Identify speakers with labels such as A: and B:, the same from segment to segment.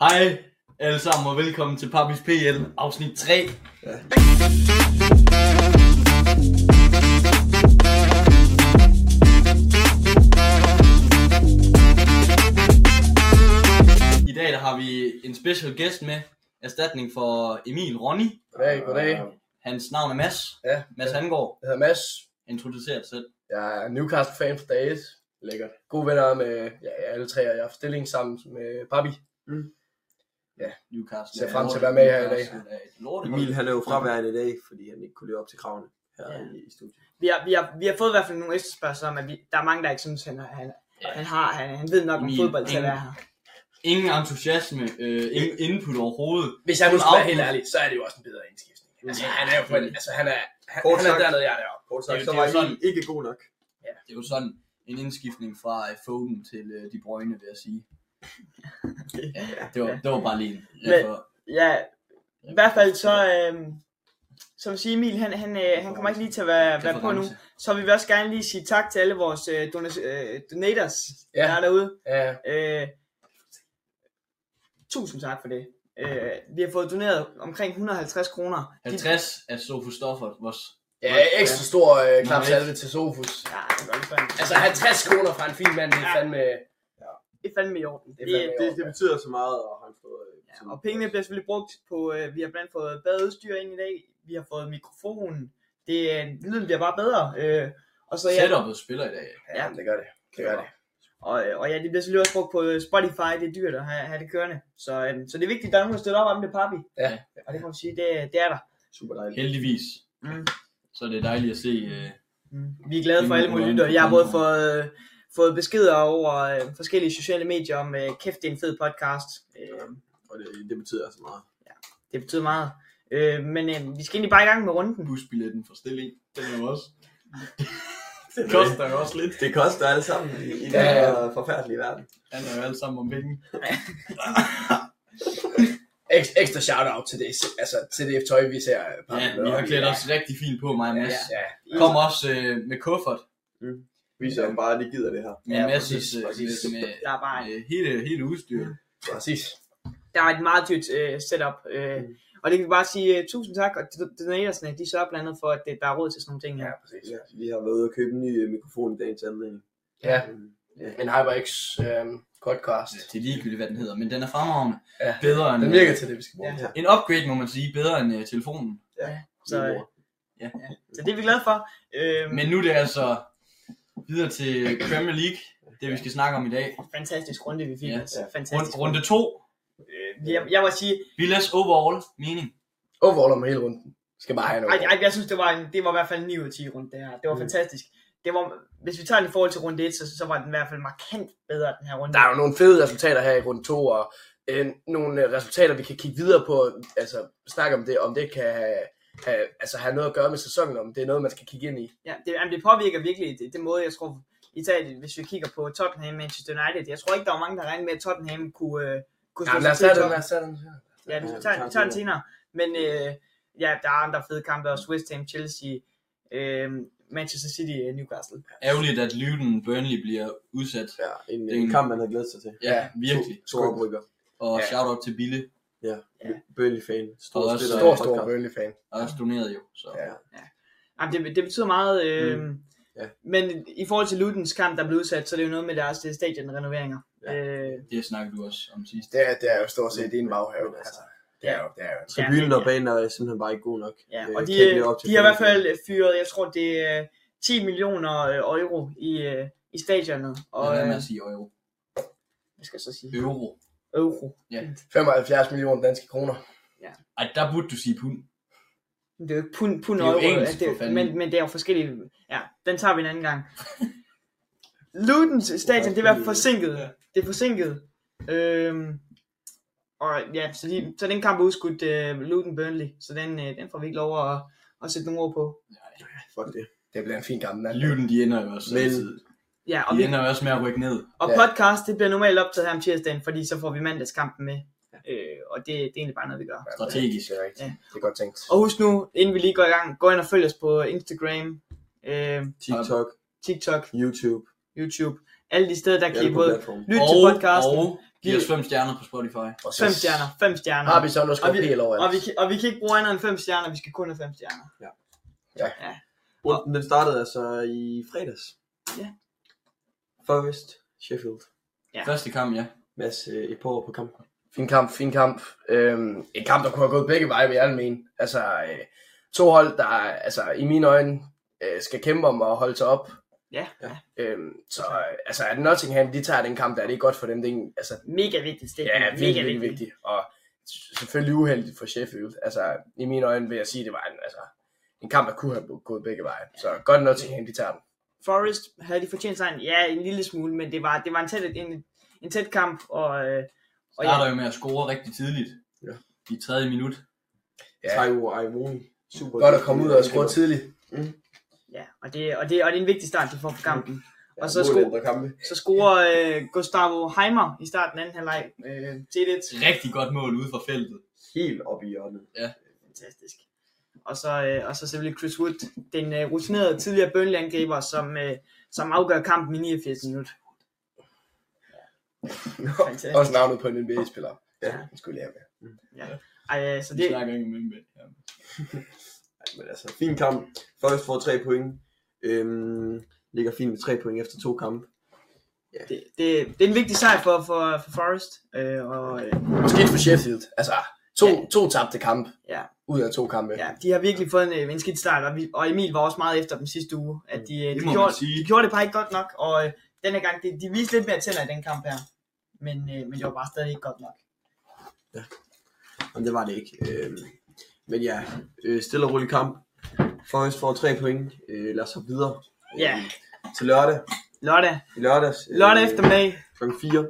A: Hej alle sammen og velkommen til Pappis PL afsnit 3. I dag der har vi en special guest med, erstatning for Emil Ronny.
B: Goddag, goddag.
A: Hans navn er Mads.
B: Øh, Ja,
A: Mads Hangård.
B: jeg hedder Mads.
A: Introducer dig selv.
B: Jeg er Newcastle-fan fra dag 1. Lækkert. Gode venner med ja, alle tre, og jeg har haft stilling sammen med Papi.
A: Newcastle.
B: Ser frem til at være med her i dag.
A: Newcastle er et lortet hold.
C: Emil han er jo fraværende i dag, fordi han ikke kunne leve op til kravene her
D: Ja.
C: i, i studiet.
D: Vi har, vi, har, vi har fået i hvert fald nogle ekstra spørgsmål om, at vi, der er mange, der ikke synes, han, han,
A: Ja.
D: han har, han, han ved nok om
A: Emil,
D: fodbold til at
A: ingen-
D: være her.
A: Ingen entusiasme, øh, ingen input overhovedet.
B: Hvis jeg nu skal
A: Uden
B: være helt
A: afbud.
B: ærlig, så er det jo også en bedre indskiftning. Altså, han er jo på en, altså, han er, han,
C: Kort
B: han er
C: sagt.
B: dernede, jeg er deroppe.
C: Kort
A: Det er
C: sagt,
A: jo-
C: så
A: det er
C: var
A: jo
C: Emil
A: sådan-
C: ikke god nok.
A: Det er jo sådan en indskiftning fra øh, Foden til øh, De Bruyne, vil jeg sige. Ja, det, var, det var bare lige en. refer-
D: Ja, i hvert fald så, øh, som siger Emil, han, han, øh, han kommer ikke lige til at være, være på nu.
A: reference.
D: Så vil vi også gerne lige sige tak til alle vores øh, donors, øh, donators,
B: Ja.
D: ja. der er derude.
B: Ja,
D: Øh, tusind tak for det. Øh, vi har fået doneret omkring 150 kroner. De-
A: 50 af Sofus Stoffert, vores...
B: ja ekstra stor øh, klap salve til Sofus.
D: Ja, det er godt fandme.
B: Altså, 50 kroner fra en fin mand, det er
D: Ja.
B: fandme...
D: Det er fandme i orden.
B: Det er
D: Det,
B: fandme i
C: Det,
B: orden.
C: det betyder så meget, og han får... øh, sådan-
D: Ja, og pengene bliver selvfølgelig brugt på, øh, vi har blandt andet fået bedre udstyr ind i dag, vi har fået mikrofonen, det, øh, lyden bliver bare bedre. Øh, og, så, ja,
A: Setupet spiller i dag.
B: Ja, det gør det. Det gør det.
D: og, øh, og ja, det bliver selvfølgelig også brugt på øh, Spotify, det er dyrt at have, have det kørende. Så, øh, så det er vigtigt, at der er nogen, der støtter op om det, papi.
B: Ja.
D: Og det må vi sige, det, det er der.
C: Super dejligt.
A: Heldigvis.
D: Mm.
A: Så det er dejligt at se. Øh,
D: Vi er glade for alle mulige lytter. Jeg har både fået, øh, fået beskeder over øh, forskellige sociale medier om, øh, kæft, det er en fed podcast. Øh,
C: Og det, det betyder så meget.
D: det betyder meget. Øh, men øh, vi skal egentlig bare i gang med runden.
A: busbilletten for stilling, den er jo også... det koster jo også lidt.
C: Det koster alle sammen i, i
B: Ja,
C: den
B: ja.
C: her forfærdelige verden.
A: Han er jo alle sammen om penge.
B: Ek- Ekstra shout-out til det, altså, til det tøj, vi ser. øh, Papi
A: Ja,
B: med
A: vi har
B: op i.
A: klædt os rigtig fint på, mig og Mads.
B: Ja, ja.
A: Kom også øh, med kuffert.
C: Viser ham bare, at de gider det her.
A: Med
B: Ja,
A: ja, masses,
B: præcis,
A: øh,
B: præcis.
A: med, med,
D: Der er bare
A: med hele, hele udstyret.
B: Præcis.
D: der var et meget dyrt øh, setup. Øh, mm. Og det kan vi bare sige øh, tusind tak, og don- donatorsne, øh, de sørger blandt andet for, at det, der er råd til sådan nogle ting her.
B: Ja, præcis.
C: Ja, vi har været ude og købe en ny øh, mikrofon i dagens anledning.
B: Ja,
C: Mm.
B: en HyperX øh, podcast.
A: Altså, Det er ligegyldigt, hvad den hedder, men den er fremragende.
B: Ja.
A: Bedre end, øh,
B: Den
D: øh,
B: virker til det, vi skal bruge.
D: Ja.
A: En upgrade, må man sige, bedre end øh, telefonen.
D: Så, øh,
A: Ja.
D: ja. så det er vi glade for. Øh, Men...
A: Men nu er det altså videre til Premier League, det vi skal snakke om i dag.
D: Fantastisk runde, vi fik.
A: Ja,
D: Ja, altså.
C: ja.
D: Fantastisk
A: Rund, runde 2.
D: runde. Øh, Jeg, jeg må sige,
A: Villas overall mening.
B: Overall om hele runden. Skal bare have
D: ej,
B: noget.
D: ej, jeg synes, det var, en, det var i hvert fald en 9 ud af 10 runde, det her. Det var
C: Mm.
D: mm. fantastisk. Det var, hvis vi tager den i forhold til runde 1, så, så var den i hvert fald markant bedre, den her runde.
B: Der er jo nogle fede resultater her i runde 2, og øh, nogle øh, resultater, vi kan kigge videre på. Altså, snakke om det, om det kan have, have, altså, have noget at gøre med sæsonen, om det er noget, man skal kigge ind i.
D: Ja, det, jamen, det påvirker virkelig det, det måde, jeg tror, Italien, hvis vi kigger på Tottenham Manchester United, jeg tror ikke, der var mange, der regnede med, at Tottenham kunne, øh, kunne
B: Ja,
D: slå
B: lad
D: sig
B: os
D: til
B: tage
D: i
B: den,
D: toppen.
B: lad os tage den her.
D: Ja,
C: Ja,
D: vi
C: vi tager
D: tager, vi tager den
C: den
D: senere. Men øh, ja, der er andre fede kampe også. West Ham, Chelsea, øh, Manchester City, øh, Newcastle.
A: Ærgerligt, at Luton Burnley bliver udsat.
C: Ja, en,
A: Det er
C: en
A: en-
C: kamp, man havde glædet sig til.
A: Ja, virkelig.
C: To, to oprykker.
A: Og
B: Ja.
A: shout out til Bille,
C: Burnley-fan. Stor,
A: Og også-
C: spiller i
B: øh, Stor,
C: podcast.
B: stor Burnley-fan.
A: der er også doneret jo. Så.
B: Ja.
D: Jamen, det, det betyder meget. Øh, mm.
C: Ja.
D: Men i forhold til Lutens kamp, der blev udsat, så er det jo noget med deres øh, stadionrenoveringer.
C: Ja.
D: Ja. Øh,
A: Det snakkede du også om sidst.
B: Det er, det er jo stort set din maghave. Altså, det er jo, det er jo.
C: Tribunen
D: Ja,
C: og banen er simpelthen bare ikke god nok.
D: ja.
C: Øh,
D: Og de,
C: kan ikke leve
D: øh,
C: op til
D: de har i hvert
C: forventningerne.
D: fald fyret, jeg tror, det er 10 millioner øh, euro i, øh, i stadionet.
A: Og
D: Og,
A: hvad
D: øh,
A: man sige euro.
D: hvad skal jeg så sige?
A: Euro.
D: Euro.
A: Ja.
B: 75 millioner danske kroner.
A: Ej, der burde du sige pund.
D: Men Det er jo ikke pund, pund
A: Det
D: det
A: er jo
D: euro,
A: engelsk,
D: det,
A: for fanden.
D: men, men det er jo forskellige... Ja, den tager vi en anden gang. Lutens stadion, det var forsinket.
A: Ja.
D: Det er forsinket. Øhm, og ja, så, de, så den kamp er udskudt uh, Luton Burnley, så den, uh, den får vi ikke lov at, at sætte nogle ord på.
C: Fuck det.
B: Det bliver en fin kamp. den anden.
A: Luton, de ender jo også
C: Men-
A: altid.
D: Ja, og,
A: De
D: vi,
A: ender jo også med at rykke ned.
D: og
B: Ja.
D: podcast, det bliver normalt optaget her om tirsdagen, fordi så får vi mandagskampen med. Øh, og det, det er egentlig bare noget, vi gør.
A: Strategisk.
B: Det er rigtigt.
D: Ja.
B: Det er godt tænkt.
D: Og husk nu, inden vi lige går i gang, gå ind og følg os på Instagram, øh,
C: TikTok,
D: TikTok,
C: YouTube,
D: YouTube, alle de steder, der kan I
C: alle på
D: både
C: platformen.
D: lytte
A: Og,
D: til podcasten,
A: og Giv os fem stjerner på Spotify.
B: Og så
D: Fem stjerner, fem stjerner.
B: Har vi så noget
D: og, vi,
B: skorpel over
D: og, vi, kan- og vi kan ikke bruge andet end fem stjerner, vi skal kun have fem stjerner.
C: Runden den startede altså i fredags.
D: Ja.
C: Forest, Sheffield.
D: Ja.
A: Første kamp, ja.
C: Mads øh, et par år på kampen.
B: Fin kamp, fin kamp. Øhm, en kamp, der kunne have gået begge veje, vil jeg mene. Altså, øh, to hold, der altså, i mine øjne øh, skal kæmpe om at holde sig op.
D: Ja.
C: Ja.
B: Øhm, så øh, altså, at Nottingham, de tager den kamp, der det er godt for dem. Det er en, altså,
D: Mega vigtigt, det er
B: ja,
D: mega
B: virkelig, virkelig vigtigt. Og s- selvfølgelig uheldigt for Sheffield. Altså, i mine øjne vil jeg sige, at det var en, altså, en kamp, der kunne have gået begge veje. Så godt Nottingham, de tager den.
D: Forest havde de fortjent sejren? Ja, en lille smule, men det var, det var en, tæt, en, en tæt kamp, og, øh, og
A: Starter
D: ja,
A: jo med at score rigtig tidligt.
C: Ja.
A: I tredje minut.
B: Ja.
C: Taiwo Aivoni. Super.
B: Godt at komme ud og score tidligt.
D: ja og, det, og, det, og det er en vigtig start, de får for kampen.
C: Ja,
D: Og så,
C: mål
D: sko,
C: ændrer kampe.
D: så scorer øh, Gustavo Heimer i starten af anden halvleg øh, til det.
A: Rigtig godt mål ude fra feltet.
C: Helt op i hjørnet.
D: Fantastisk. Og så, øh, og så selvfølgelig Chris Wood, den øh, rutinerede tidligere Burnley-angriber, som, øh, som afgør kampen i 89 minut. Fantastisk.
B: Også navnet på en NBA-spiller. Ja, den skulle jeg have med.
D: Ej, øh, så
A: Vi
D: det,
A: snakker ikke om det. Ja.
C: Ej, men altså, fin kamp. Forest får tre point. Øhm, ligger fint med tre point efter to kampe.
D: det, det, det er en vigtig sejr for, for, for Forrest. Øh, og, øh,
B: Måske for Sheffield. Altså, to,
D: Ja.
B: ja. to tabte kamp.
D: Ja.
B: Ud af to kampe.
D: Ja, de har virkelig fået en, øh, en skidt start, og, vi, og Emil var også meget efter dem sidste uge, at de, øh,
A: Det
D: de,
A: må
D: gjorde,
A: man sige.
D: de gjorde det bare ikke godt nok, og øh, den her gang, de, de viste lidt mere tænder i den kamp her, men, øh, men det var bare stadig ikke godt nok.
C: Men det var det ikke. Øhm, men ja, øh, stille og rolig kamp. Forest får tre point. Øh, lad os hoppe videre.
D: Ja.
C: Øh, til lørdag.
D: Lørdag,
C: I lørdags. øh,
A: Øh.
D: lørdag eftermiddag,
C: Kl. 4.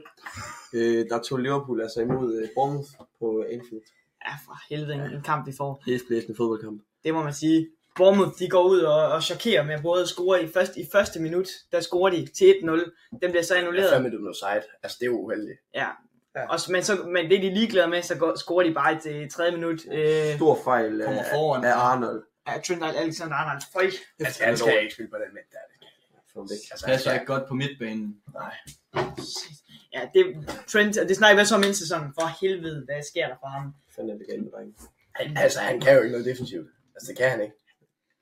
C: Øh, der tog Liverpool altså imod øh, Bournemouth på Anfield.
D: ja for helvede en, en kamp de får,
C: Helt blæsende fodboldkamp.
D: det må man sige. Bournemouth, de går ud og, og chokerer med både at score i første, i første minut, der scorer de til 1-0, den bliver så
B: Jeg er
D: annulleret,
B: fandme det noget sejt. Altså, det er uheldigt.
D: ja.
C: Ja.
D: Og, s- men, så, men det er de ligeglade med, så går, scorer de bare til tredje minut. Øh,
C: Stor fejl
A: Kommer
C: af,
A: foran.
C: af Arnold.
D: af Trent Alexander-Arnold, føj.
B: Altså, han skal ikke spille på den mænd, der er det.
C: Få ham væk.
B: Altså, han
A: Passer
B: skal,
A: ikke godt på midtbanen.
D: Ja, det Trent, og det snakker vi også om inden sæsonen. For helvede, hvad sker der for ham?
C: Fanden er det galt med drengen.
B: han, altså, han kan jo ikke noget defensivt. Altså, det kan han ikke.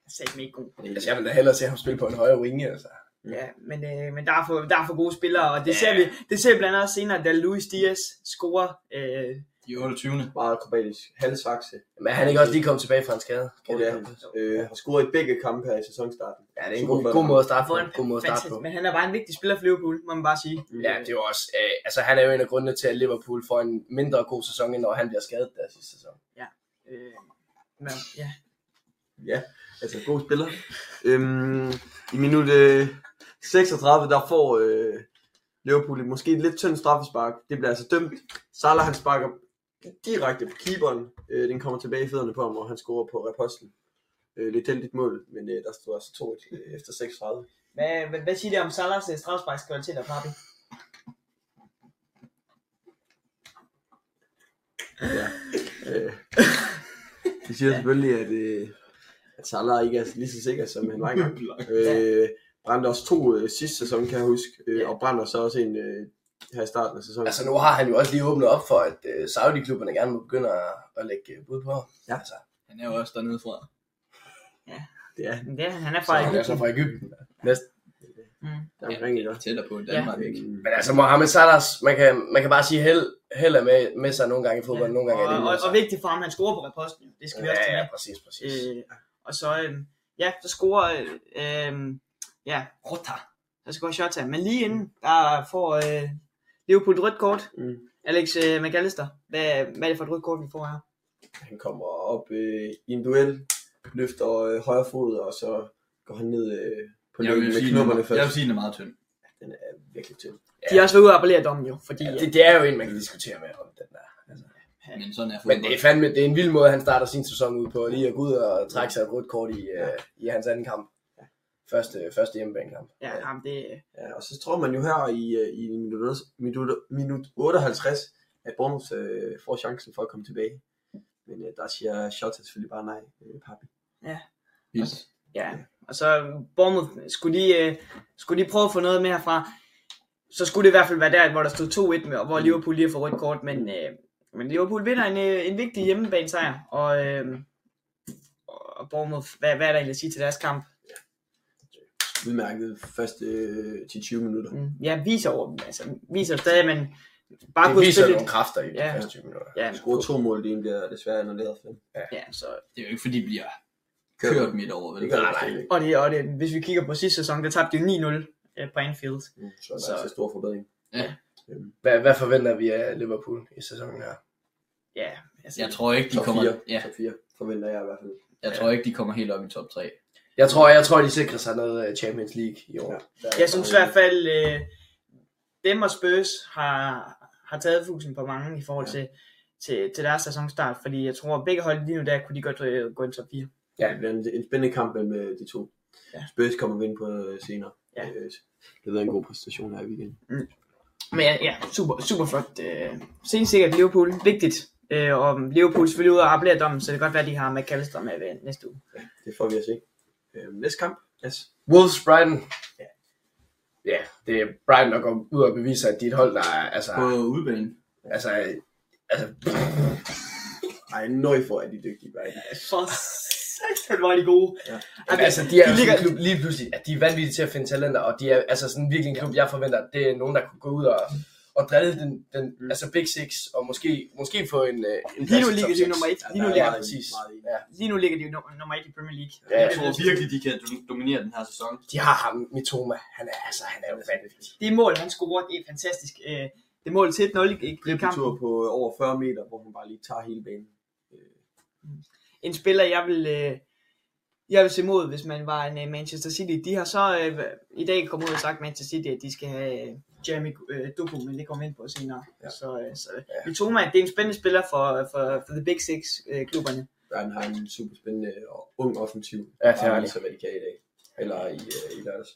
D: Han sagde mig ikke god.
B: Altså, jeg vil da hellere se ham spille på en højere winge, altså.
D: Ja, men, øh, men der, er for, der er for gode spillere, og det, ser vi, det ser vi blandt andet senere, da Luis Diaz scorer. Øh,
A: De 28.
C: Meget akrobatisk. Halvsakse.
B: Men er han ikke også lige kommet tilbage fra en skade? Kan
C: Og
B: det
C: ja,
B: ikke?
C: øh, har scoret i begge kampe her i sæsonstarten.
B: ja, det er en
C: Super
B: god,
C: flot.
B: god måde at starte på.
D: for en
B: God måde at starte på.
D: fantastisk, men han er bare en vigtig spiller for Liverpool, må man bare sige.
B: Ja, det er jo også, øh, altså han er jo en af grundene til, at Liverpool får en mindre god sæson, end når han bliver skadet der sidste sæson.
D: Øh, men, ja.
C: Altså, god spiller. Øhm, I minut øh, 36, der får øh, Liverpool et måske et lidt tynd straffespark. Det bliver altså dømt. Salah, han sparker direkte på keeperen. Øh, den kommer tilbage i fødderne på ham, og han scorer på reposten. Øh, lidt heldigt mål, men øh, der stod altså 2-1 øh, efter 36.
D: Hvad, hvad, hvad siger det om Salahs øh, strafsparkskvaliteter, Papi?
C: Ja. Øh, det siger selvfølgelig, at, øh, at Salah ikke er lige så sikker, som han var engang. Øh, brændte også to øh, sidste sæson, kan jeg huske, øh, og brænder så også en øh, her i starten af sæsonen.
B: Altså nu har han jo også lige åbnet op for, at øh, Saudi-klubberne gerne må begynde at, at lægge øh, bud på ham.
C: Ja.
B: altså,
A: Han er jo også dernede fra.
C: det er
D: Men det, han er
B: så
D: fra
B: er han altså
D: Egypten.
B: fra Ægypten. Næsten.
D: Mm.
C: der er omkring, ikke?
A: Tættere på Danmark,
C: Ja.
A: ikke?
B: Men altså Mohamed Salah, man kan, man kan bare sige held, held er med, med sig nogle gange i fodbold, ja. nogle gange er det
D: og,
B: ikke
D: og,
B: med sig.
D: og, vigtigt for ham, han scorer på reposten. jo. Det skal vi også
B: Ja,
D: tage med.
B: ja, præcis, præcis.
D: Øh, og så, øh, ja, så scorer, øh, øh, ja,
A: Rota.
D: så scorer Shota. Men lige inden, der får øh, Liverpool et rødt kort.
C: Mm.
D: Alex øh, McAllister, hvad, hvad er det for et rødt kort, vi får her?
C: Han kommer op øh, i en duel, løfter øh, højre fod, og så går han ned øh, på
A: Jeg
C: løbet
A: vil,
C: med
A: sige, den
C: knopperne
A: er, jeg vil
C: først.
A: sige, den er meget tynd.
C: Den er virkelig tynd.
D: De har også været ude og appellere dommen jo, fordi øh,
B: Ja,
D: ja,
B: det, det, er jo en, man kan diskutere med om den der. Altså.
A: Men sådan er
B: Men
A: fodbold.
B: det er fandme, det er en vild måde, han starter sin sæson ud på, lige at gå ud og trække sig et rødt kort i, øh, i hans anden kamp. Første, første hjemmebanekamp.
D: ja, ham, det,
C: Ja, og så tror man jo her i, øh, i minut, minut, minut 58, at Bournemouth øh, får chancen for at komme tilbage. Men øh, der siger Shota selvfølgelig bare nej, øh, papi.
A: Vildt.
D: ja. Og så Bournemouth, skulle de, øh, skulle de prøve at få noget med herfra? så skulle det i hvert fald være der, hvor der stod 2-1 med, og
B: Mm.
D: hvor Liverpool lige har fået rødt kort, men, øh, men Liverpool vinder en, øh, en vigtig hjemmebanesejr, og, øh, og Bournemouth, hvad, hvad er der egentlig at sige til deres kamp?
C: udmærket første øh, 10-20 minutter.
D: Mm, ja, viser over dem, altså viser dem stadig, men bare
B: Det
D: kunne
B: viser
D: spille
B: nogle
D: lidt.
B: kræfter i de
D: Ja.
B: første 20 minutter.
D: Ja,
C: Score to mål, det ene bliver desværre annulleret. for dem.
D: ja, så
A: Det er jo ikke, fordi de bliver kørt midt over, vel?
C: Det gør
B: Nej,
C: det
B: nej.
C: bestemt ikke.
D: Og, det, og det, hvis vi kigger på sidste sæson, der tabte de jo 9-0 øh, på Anfield.
C: Mm, Så der
D: Så-
C: er altså stor forbedring.
B: Hvad, hvad forventer vi af Liverpool i sæsonen her?
D: Ja, altså,
A: Jeg tror ikke, de
C: Top
A: kommer,
C: 4,
A: ja,
C: top 4 forventer jeg i hvert fald.
A: jeg tror ikke, de kommer helt op i top 3.
B: Jeg tror, jeg tror, de sikrer sig noget øh, Champions League i år.
C: Ja.
B: Ja.
C: Der-
D: jeg synes i hvert fald, øh, dem og Spurs har, har taget fusen på mange i forhold
C: Ja.
D: ja. til, til, til deres sæsonstart, fordi jeg tror, at begge hold lige nu der kunne de godt øh, gå ind top 4.
B: Ja.
C: Det bliver en, en spændende kamp mellem øh, de to.
D: Ja.
C: Spurs kommer vi ind på øh, senere.
D: Ja.
C: Øh, Det var en god præstation her i weekenden.
D: Men ja, ja super, super flot. Øh, sikkert Liverpool, vigtigt. Øh, og Liverpool er selvfølgelig ude og appellere dommen, så det kan godt være, at de har McAllister med ved næste uge.
C: Det får vi at se. Øh, næste kamp, yes.
B: Wolves Brighton. Ja, det er Brighton, der går ud og beviser, at de er et hold, der er, altså,
A: På udebane.
B: altså, altså,
C: Ej, nøj for, at de er dygtige bare.
D: For satan, hvor er de gode.
C: Ja.
B: Jamen, altså, de er
D: de
B: de
D: ligger-
B: en klub lige pludselig, at de er vanvittige til at finde talenter, og de er altså sådan virkelig en klub, jeg forventer, at det er nogen, der kunne gå ud og, og drille den, den mm. altså Big Six, og måske, måske få en, øh, en
D: Lige nu
B: plads i
D: ligger
B: top
D: de
B: seks.
D: nummer et.
B: Ja,
D: Lige nu
B: der er
D: ligger
B: meget
C: de
B: præcis.
C: meget i.
B: Ja,
D: Lige nu ligger de jo nummer- nummer 1 i Premier League.
B: Ja.
A: Jeg tror virkelig, de kan do- dominere den her sæson.
B: de har ham, Mitoma, han er, altså, han er jo vanvittig.
D: Det mål, han scorer, det er fantastisk. Øh, det mål til 1-0 i- i kampen.
C: Dribletur på øh, over 40 meter, hvor hun bare lige tager hele banen. Øh,
D: En spiller, jeg vil, øh, jeg vil se mod, hvis man var en øh, Manchester City. De har så øh, i dag kommet ud og sagt Manchester City, at de skal have øh, Jeremy øh, Doku, men det kommer vi ind på senere. Ja.
C: Ja.
D: Så, øh, så
B: Ja.
D: ja. Mitoma, det er en spændende spiller for, for, for The Big Six øh, klubberne.
C: Verden har en super spændende og ung offensiv.
B: Ja, det har
C: Bare
B: de.
C: lige så, hvad de kan i dag. Eller i, øh, i lørdags.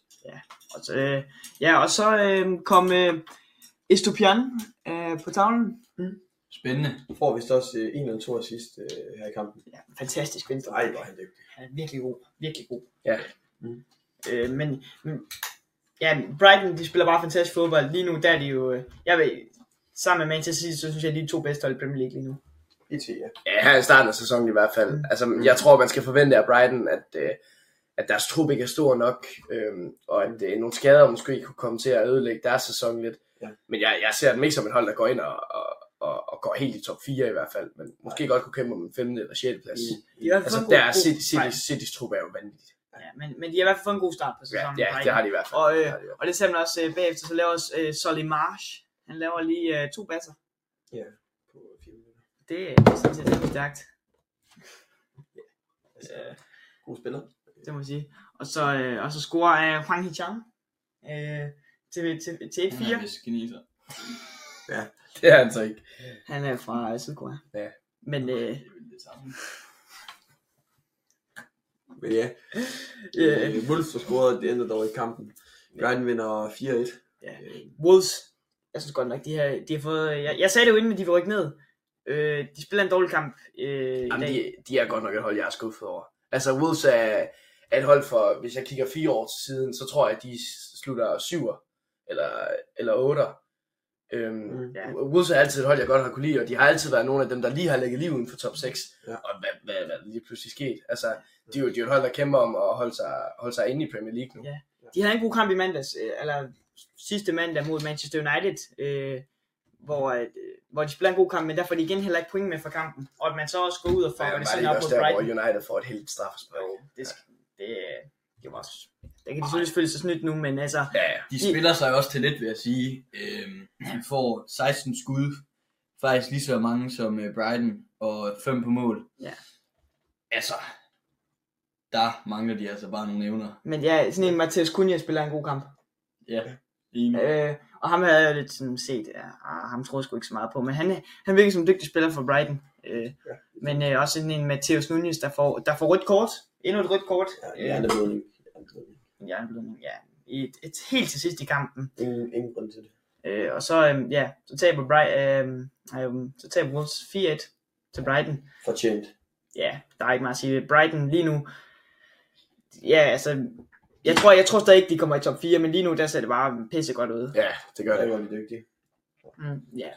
D: Og så, øh, ja, og så øh, kom øh, Estupian øh, på tavlen.
A: Spændende.
C: Du får vist også øh, en eller to assist øh, her i kampen.
D: Ja, fantastisk venstre.
C: Nej, hvor er han dygtig.
D: Han er virkelig god. Virkelig god.
B: Ja.
C: Mm.
D: Øh, men, men, ja, Brighton, de spiller bare fantastisk fodbold. Lige nu, der er de jo, øh, jeg ved, sammen med Manchester City, så synes jeg, de er de to bedste hold i Premier League lige nu.
C: IT, E, ja.
B: Ja, her i starten af sæsonen i hvert fald.
D: Mm.
B: Altså, jeg tror, man skal forvente af Brighton, at, øh, at deres trup ikke er stor nok, øh, og
D: Mm.
B: at øh, nogle skader måske kunne komme til at ødelægge deres sæson lidt.
C: Ja.
B: Men jeg, jeg ser dem ikke som et hold, der går ind og, og, og, og går helt i top 4 i hvert fald, men måske godt kunne kæmpe om en 5. eller 6. plads. Mm.
D: De har i hvert fald
B: Altså,
D: fået en god-
B: deres
D: god-
B: City, City,
D: Nej,
B: City's trup er jo vanvittigt.
D: Ja, men, men de har i hvert fald fået en god start på
B: Ja,
D: sæsonen.
B: ja,
D: Brighton.
B: det har de i hvert fald.
D: Og,
B: Det
D: øh,
B: har de i hvert
D: og det ser man også øh, bagefter, så laver også øh, Solly Marsh. Han laver lige øh, to basser.
C: På fire minutter.
D: Det øh, det er sådan set rimelig stærkt, Øh,
C: Altså, god spiller.
D: det må man sige. Og så, øh, og så scorer øh, Huang Hee-chan øh, til, til, til
A: Han
D: 1-4.
A: er vist kineser.
B: fald. Det er han så ikke.
D: Han er fra øh, Sydkorea.
B: Ja.
D: Men øh,
A: Det er vel det samme.
C: Men ja,
D: øh,
C: øh, Wolves har scoret, det ændrer dog i kampen. Brighton vinder 4-1.
D: Ja.
C: Øh,
D: Wolves, jeg synes godt nok, de har, de har fået... Jeg, jeg sagde det jo inden, at de var rykket ned. Øh, de spiller en dårlig kamp øh, i
B: Jamen,
D: dag.
B: de, de er godt nok et hold, jeg er skuffet over. Altså, Wolves er, er et hold for, hvis jeg kigger fire år til siden, så tror jeg, at de slutter syver, eller, eller otter. Øhm,
C: Mm.
B: mm.
D: Ja.
B: Wolves er altid et hold, jeg godt har kunne lide, og de har altid været nogle af dem, der lige har lægget liv uden for top 6.
C: Ja.
B: Ja. Og hvad, hvad, hvad er der lige pludselig sket? Altså, de er jo de er jo et hold, der kæmper om at holde sig, holde sig inde i Premier League nu.
D: Ja. De havde en god kamp i mandags, øh, eller sidste mandag mod Manchester United, øh, hvor, at, øh, hvor de spiller en god kamp, men der får de igen heller ikke point med fra kampen. Og at man så også går ud og får
B: Og det
D: ja, det
B: var
D: sådan
B: lige
D: op på
B: også der, hvor
D: Brighton.
B: United får et helt straffespark.
D: Det, sk- det, øh, det var også... Der kan de selvfølgelig føle sig snydt nu, men altså...
B: Ja, ja.
A: De spiller sig også til lidt, vil jeg sige. Øhm, han får 16 skud, faktisk lige så mange som øh, Brighton, og 5 på mål.
D: Ja.
A: Altså, der mangler de altså bare nogle evner.
D: Men ja, sådan en Matheus Cunha spiller en god kamp.
A: Ja, enig.
D: Øh, og ham havde jeg jo lidt sådan set, ja, ah, ham troede jeg sgu ikke så meget på, men han, er- han virker som en dygtig spiller for Brighton. Øh, ja. Men øh, også sådan en Matheus Nunez, der får, der får rødt kort. Endnu et rødt kort.
C: Ja,
D: øh,
C: hjerneblødning. Hjerneblødning.
D: en hjerneblødning, ja. I et, et, helt til sidst i kampen.
C: Ingen, ingen grund til det.
D: Øh, og så, øh, ja, så taber, Bright, øh, øh, så taber Wolves 4-1 til Brighton.
C: Fortjent.
D: Ja, der er ikke meget at sige. Brighton lige nu, ja, altså, Jeg tror, jeg tror stadig ikke, de kommer i top 4, men lige nu, der ser det bare pisse godt ud.
B: Ja, det gør
C: Ja,
B: det.
C: det var vi dygtige.
D: Mm, ja.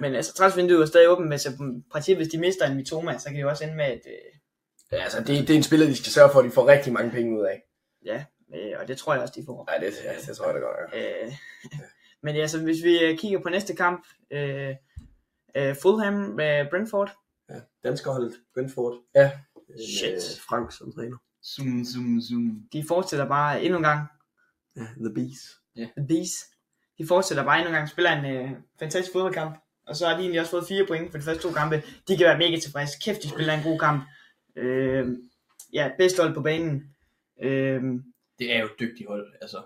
D: Men altså, transfervinduet er stadig åbent, men så i princippet, hvis de mister en Mitoma, så kan de jo også ende med, at, øh,
B: Ja, altså, det, det er en spiller, de skal sørge for, at de får rigtig mange penge ud af.
D: ja, øh, og det tror jeg også, de får.
B: Nej, det, ja, det tror jeg da godt. Ja.
D: Øh, men altså, hvis vi øh, kigger på næste kamp, øh, øh, Fulham med Brentford.
C: Ja. Danskerholdet, Brentford.
B: Ja.
C: Øh,
D: Shit.
C: Med Frank som træner.
A: Zoom, zoom, zoom.
D: De fortsætter bare endnu en gang.
C: Ja, The Bees.
D: These. De fortsætter bare endnu en gang. Spiller en øh, fantastisk fodboldkamp. Og så har de egentlig også fået fire point for de første to kampe. De kan være mega tilfredse. Kæft, de spiller en god kamp. Øh, ja, bedst hold på banen. Øh,
A: Det er jo et dygtigt hold, altså.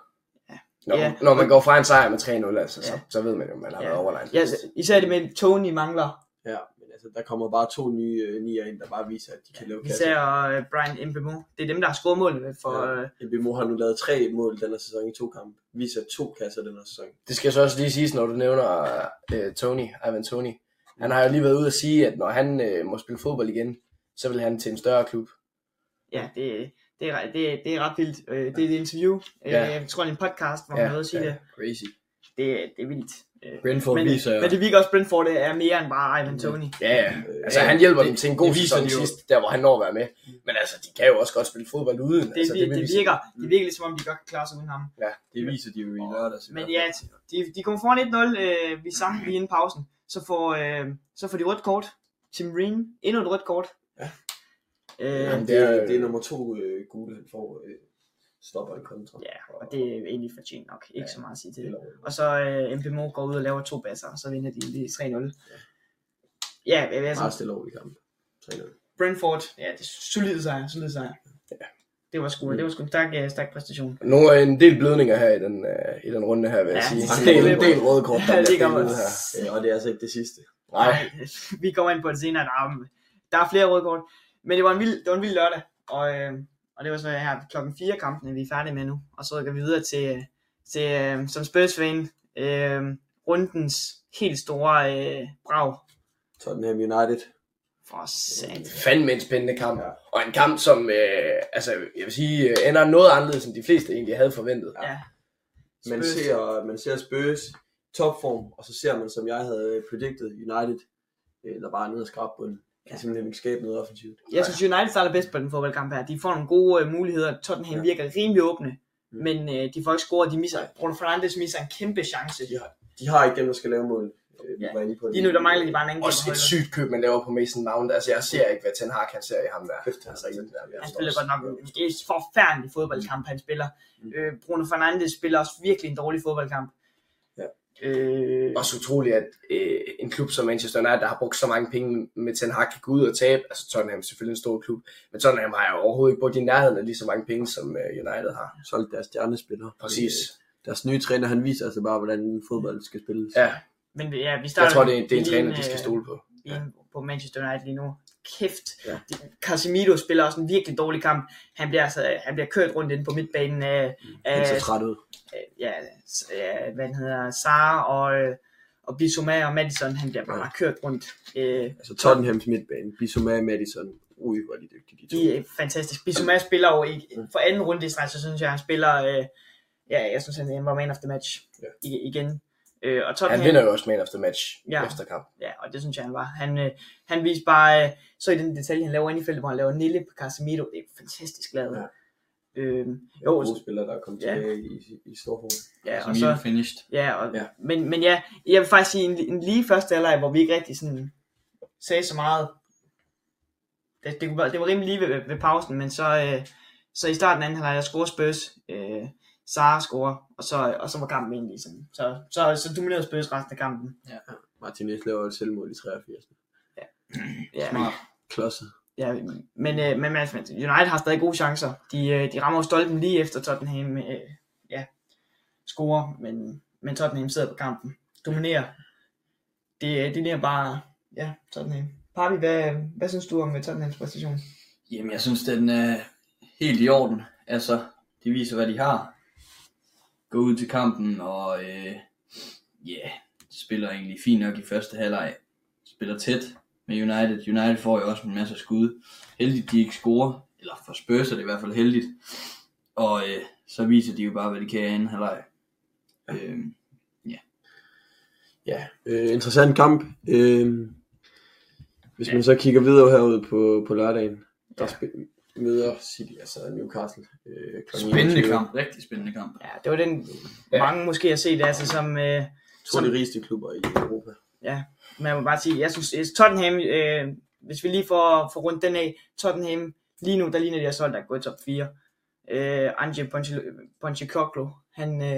B: Når,
D: Ja.
B: når man går fra en sejr med 3-0, altså, så,
D: Ja.
B: så ved man jo, at man har
D: Ja.
B: været Altså, overlegen.
D: ja, især det med at Tony mangler.
C: Ja, men altså, der kommer bare to nye øh, nier ind, der bare viser, at de kan lave kasse.
D: Især øh, Brian Mbemo. Det er dem, der har scoret målene for...
C: Ja.
D: Øh,
C: Ebimo har nu lavet tre mål den her sæson i to kampe. Viser to kasser den her sæson.
B: Det skal så også lige siges, når du nævner øh, Tony, Ivan Tony. Han har jo lige været ude at sige, at når han øh, må spille fodbold igen, så vil han til en større klub.
D: ja, det, det, er, det, er- det er ret vildt. Øh, det er et interview. Øh,
B: Ja.
D: jeg tror, det er en podcast,
B: Ja,
D: hvor man ja. noget at sige
B: ja.
D: det.
A: Crazy.
D: det. er- Det er vildt. Øh,
A: Brentford
D: men,
A: viser jo.
D: men det virker også, at Brentford er mere end bare Ivan Tony.
B: Mm. Ja, ja. Altså,
A: Ja,
B: han hjælper
A: det-
B: dem til en god
A: det viser
B: sæson
A: de jo.
B: sidst, der hvor han når at være med. Men altså, de kan jo også godt spille fodbold uden.
D: det,
B: altså,
D: altså, det,
B: vil vi
D: det,
B: se.
D: virker, det virker lidt som om, de godt kan klare sig uden ham.
A: Det viser de jo i lørdags. i
D: Men
A: hvert
D: ja,
A: fald.
D: de, de kommer foran 1-0, øh, vi sang lige inden pausen, så får, øh, så får de rødt kort. Tim Reen, endnu et rødt kort.
C: Ja.
D: Øh,
C: Jamen, det, er, det er nummer to øh, gule, han får øh, stopper en kontra.
D: ja, og det er egentlig fortjent nok, ikke ja. så meget at sige til det.
C: Eller,
D: Og så øh, MPMO går ud og laver to basser, og så vinder de lige 3-0. Ja, jeg vil
C: meget
D: altså,
C: stille over i kampen. 3-0.
D: Brentford, ja, det er solid sejr, solid sejr. Det var sgu, det var sgu en stærk, øh, stærk præstation.
B: Nu er en del blødninger her i den, øh, i den runde her, vil jeg
D: Ja,
B: sige.
D: det
B: En
C: ser
B: del,
C: jeg.
B: en del røde kort, der
D: Ja, det
B: bliver
D: gør
B: delt
D: man.
B: ud her.
C: Ja, og det er altså ikke det sidste.
B: Nej,
D: vi kommer ind på det senere. Der er, der er flere røde kort. Men det var en vild, det var en vild lørdag. Og, øh, og det var så her klokken 4 kampen, vi er færdige med nu. Og så rykker vi videre til, øh, til øh, som spurs øh, rundens helt store øh, brag.
C: Tottenham United.
D: For sat.
B: fandme en spændende kamp.
C: Ja.
B: Og en kamp, som øh, altså, jeg vil sige, øh, ender noget anderledes, end de fleste egentlig havde forventet.
D: Ja.
C: Man
D: Spurs.
C: ser, man ser Spurs topform, og så ser man, som jeg havde øh, predicted, United, øh, der bare er nede og skrabe bunden. Kan
D: Ja.
C: simpelthen ikke skabe noget offensivt.
D: Jeg synes, United starter bedst på den fodboldkamp her. De får nogle gode øh, muligheder. Tottenham
C: Ja.
D: virker rimelig åbne.
C: Mm.
D: Men øh, de får ikke scoret, de misser.
C: Nej.
D: Bruno Fernandes misser en kæmpe chance.
C: Ja. De har ikke dem, der skal lave mål. Øh, vi
D: Ja.
C: var inde på det.
D: Lige nu, der mangler de bare en anden
B: Også et
D: kæmpe
B: sygt køb, man laver på Mason Mount. Altså, jeg ser ikke, hvad Ten Hag han ser i ham der.
C: Kæft, han
B: Altså,
C: er
B: ikke den der,
D: Han
B: jeg
D: spiller
B: forstår.
D: godt nok en det er en forfærdelig fodboldkamp, han spiller.
C: Mm.
D: Øh, Bruno Fernandes spiller også virkelig en dårlig fodboldkamp.
C: Ja.
D: Øh,
B: Også utroligt, at øh, en klub som Manchester United, der har brugt så mange penge med Ten Hag, kan gå ud og tabe. Altså, Tottenham er selvfølgelig en stor klub, men Tottenham har jo overhovedet ikke brugt i nærheden af lige så mange penge, som øh, United har.
C: Solgt deres stjernespillere.
B: Præcis.
C: Øh, Deres nye træner, han viser altså bare, hvordan fodbold
D: Mm.
C: skal spilles.
B: Ja,
D: men ja, vi starter
B: jeg tror, det er, det er en
D: lige
B: træner, de skal
D: øh,
B: stole på.
D: lige på Manchester United lige nu. Kæft.
C: Ja.
D: Ja. Casemiro spiller også en virkelig dårlig kamp. Han bliver, altså, han bliver kørt rundt inde på midtbanen af,
C: Han ser
D: af
C: træt ud.
D: øh, ja, s- ja, hvad den hedder, Sara og, øh, og Bissouma og Madison, han bliver bare
C: Ja.
D: kørt rundt. Øh,
C: Altså Tottenhams midtbane, Bissouma og Madison. Ui, hvor er de dygtige, de to.
D: de er fantastisk. Bissouma spiller jo i, for anden runde i streg, så synes jeg, han spiller, øh, ja, jeg synes, han var man of the match
C: Ja.
D: I, igen. Øh, og
B: Han
D: Tottenham,
B: vinder jo også man of the match
D: Ja.
B: efter kamp.
D: Ja, og det synes jeg, han var. Han, øh, han viste bare, øh, så i den detalje, han laver ind i feltet, hvor han laver Nille på Casemiro. Det er fantastisk lavet. Ja. Øh, jo,
C: Gode spillere, der er kommet
D: Ja.
C: tilbage i, i Storfond.
D: ja, og
A: Casemiro
D: så,
A: finished.
D: Ja, og,
C: Ja.
D: ja. Men, men ja, jeg vil faktisk sige, en, en lige første halvleg, hvor vi ikke rigtig sådan sagde så meget. Det, det, kunne være- det var rimelig lige ved, ved, ved pausen, men så, øh, så i starten af anden halvleg, der scorer Spurs, øh, Sara scorer, og så, og så var kampen egentlig sådan. Så, så, så dominerede Spurs resten af kampen.
C: Martinez laver et selvmål i 83.
D: Ja,
A: Smart.
C: Klodset.
D: ja men, øh, men altså, United har stadig gode chancer. De, øh, de rammer jo stolpen lige efter Tottenham øh, ja, scorer, men, men Tottenham sidder på kampen. Dominerer. Det, det er bare, ja, Tottenham. Parvi, hvad, hvad synes du om øh, Tottenhams præstation?
A: Jamen, jeg synes, den er helt i orden. Altså, de viser, hvad de har. Går ud til kampen, og ja, øh, yeah, spiller egentlig fint nok i første halvleg. Spiller tæt med United. United får jo også en masse skud. Heldigt, de ikke scorer. Eller for Spurs er det i hvert fald heldigt. Og øh, så viser de jo bare, hvad de kan i anden halvleg. Øhm,
C: Ja, øh, interessant kamp. Øh, hvis man så kigger videre herude på, på lørdagen, der spil- møder City, altså Newcastle. Øh, kl.
A: spændende
C: 21.
A: kamp, rigtig spændende kamp.
D: Ja, det var den,
B: Ja.
D: ja. mange måske har set, altså som... Øh,
C: Jeg tror, de rigeste klubber i Europa.
D: man må bare sige, jeg synes, at Tottenham, øh, hvis vi lige får, får rundt den af, Tottenham, lige nu, der ligner de har solgt, der er gået top 4. Øh, Ange Ponte- Postecoglou, han, øh,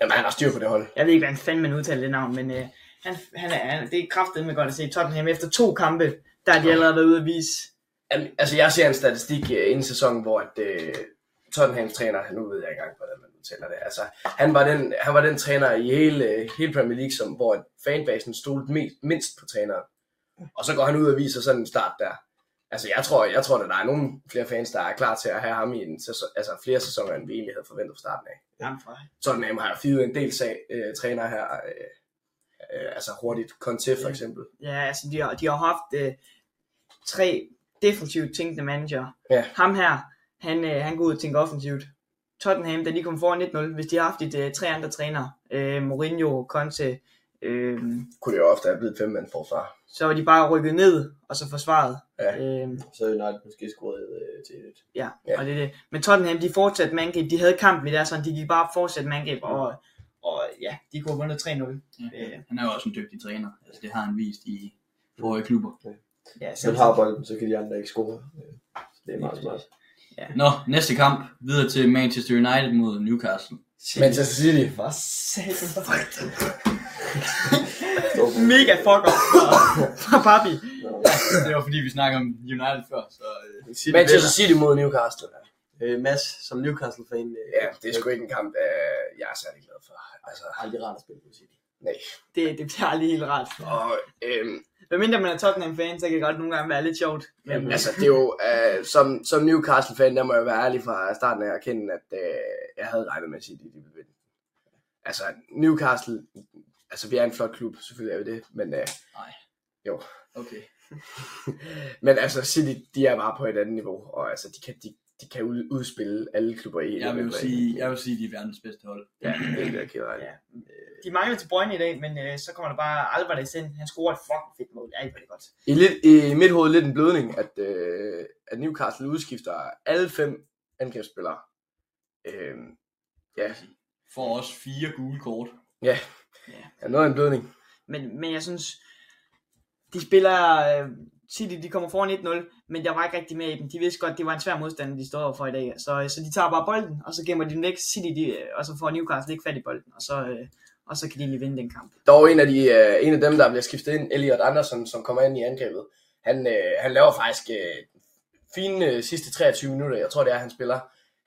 B: Jamen, han har styr på det hold.
D: jeg ved ikke, hvordan fanden man udtaler det navn, men øh, han, han, er, han, det er kraftedeme godt at se Tottenham. Efter to kampe, der har de allerede været ude at vise,
B: Jamen, altså, jeg ser en statistik øh, inden sæsonen, hvor at, øh, Tottenhams træner, nu ved jeg ikke engang, hvordan man udtaler det, altså, han var den, han var den træner i hele, øh, hele Premier League, som, hvor at fanbasen stolede mest, mindst på træneren. Og så går han ud og viser sådan en start der. Altså, jeg tror, jeg tror, at der er nogle flere fans, der er klar til at have ham i en sæson, altså, flere sæsoner, end vi egentlig havde forventet fra starten af.
D: ham fra
B: Tottenham har fyret en del sag, øh, træner her, øh, øh, altså hurtigt. Conte for eksempel.
D: Ja, altså de har, de har haft øh, tre defensivt tænkende manager.
B: Ja.
D: Ham her, han, øh, han går ud og tænker offensivt. Tottenham, da de kom foran 1-0, hvis de har haft et, øh, tre andre trænere, øh, Mourinho, Conte, øh,
B: Kunne det jo ofte have blevet fem mand forfra.
D: så var de bare rykket ned, og så forsvaret.
B: Ja.
D: Øh,
C: Så er United måske scoret øh, til et.
D: ja,
B: Ja.
D: ja. Og det, er det. Men Tottenham, de fortsatte med angreb. De havde kampen i der, så de gik bare fortsat med angreb, og, og ja, de kunne have vundet 3-0.
A: Ja. Han er jo også en dygtig træner, altså det har han vist i forrige klubber.
D: Ja,
C: Så har bolden, så kan de andre ikke score. Øh, så det er meget smart.
A: Nå, næste kamp, videre til Manchester United mod Newcastle.
B: Manchester City.
D: Hvor satan.
C: Stor på-
D: Mega fucker fra- fra Papi.
C: Nå.
A: Det var fordi, vi snakkede om United før, så... Øh,
C: City
B: Manchester City mod Newcastle.
C: vinder. øh, Mads, som Newcastle-fan, øh,
B: Ja, det er sgu ikke en kamp, øh, jeg er særlig glad for. Altså,
C: aldrig rart at spille på City.
B: nej.
D: Det, det bliver aldrig helt rart.
B: Og, øhm,
D: Hvad mindre man er Tottenham-fan, så kan det godt nogle gange være lidt sjovt. Men,
B: jamen, altså, det er jo, øh, som, som Newcastle-fan, der må jeg være ærlig fra starten af at erkende, at øh, jeg havde regnet med at sige, at de ville vinde. Altså, Newcastle, altså, vi er en flot klub, selvfølgelig er vi det, men, øh,
A: okay.
B: men altså, City, de er bare på et andet niveau, og altså, de kan, de, de kan ud- udspille alle klubber i.
A: Jeg vil jo
B: Europa.
A: sige, jeg vil sige, de er verdens bedste hold.
B: Ja, det er det, jeg keder af.
D: Ja. de mangler til Brønne i dag, men øh, så kommer der bare Alvarez ind. Han scorer et fucking fedt mål. Ej, hvor er det godt.
B: I, lidt, I mit hoved lidt en blødning, at, øh, at Newcastle udskifter alle fem angrebsspillere. Øh, ja,
A: Får også fire gule kort.
B: ja, noget af en blødning.
D: Men, men jeg synes, de spiller... Øh, City, de kommer foran 1-0, men jeg var ikke rigtig med i dem. De vidste godt, det var en svær modstander, de stod overfor i dag. Så, øh, så de tager bare bolden, og så gemmer de den væk. City, de, øh, og så får Newcastle ikke fat i bolden, og så, øh, og så kan de lige vinde den kamp.
B: Der var en af, de, øh, en af dem, der bliver skiftet ind, Elliot Andersen, som kommer ind i angrebet. Han, øh, han laver faktisk øh, fine øh, sidste 23 minutter, jeg tror det er, han spiller.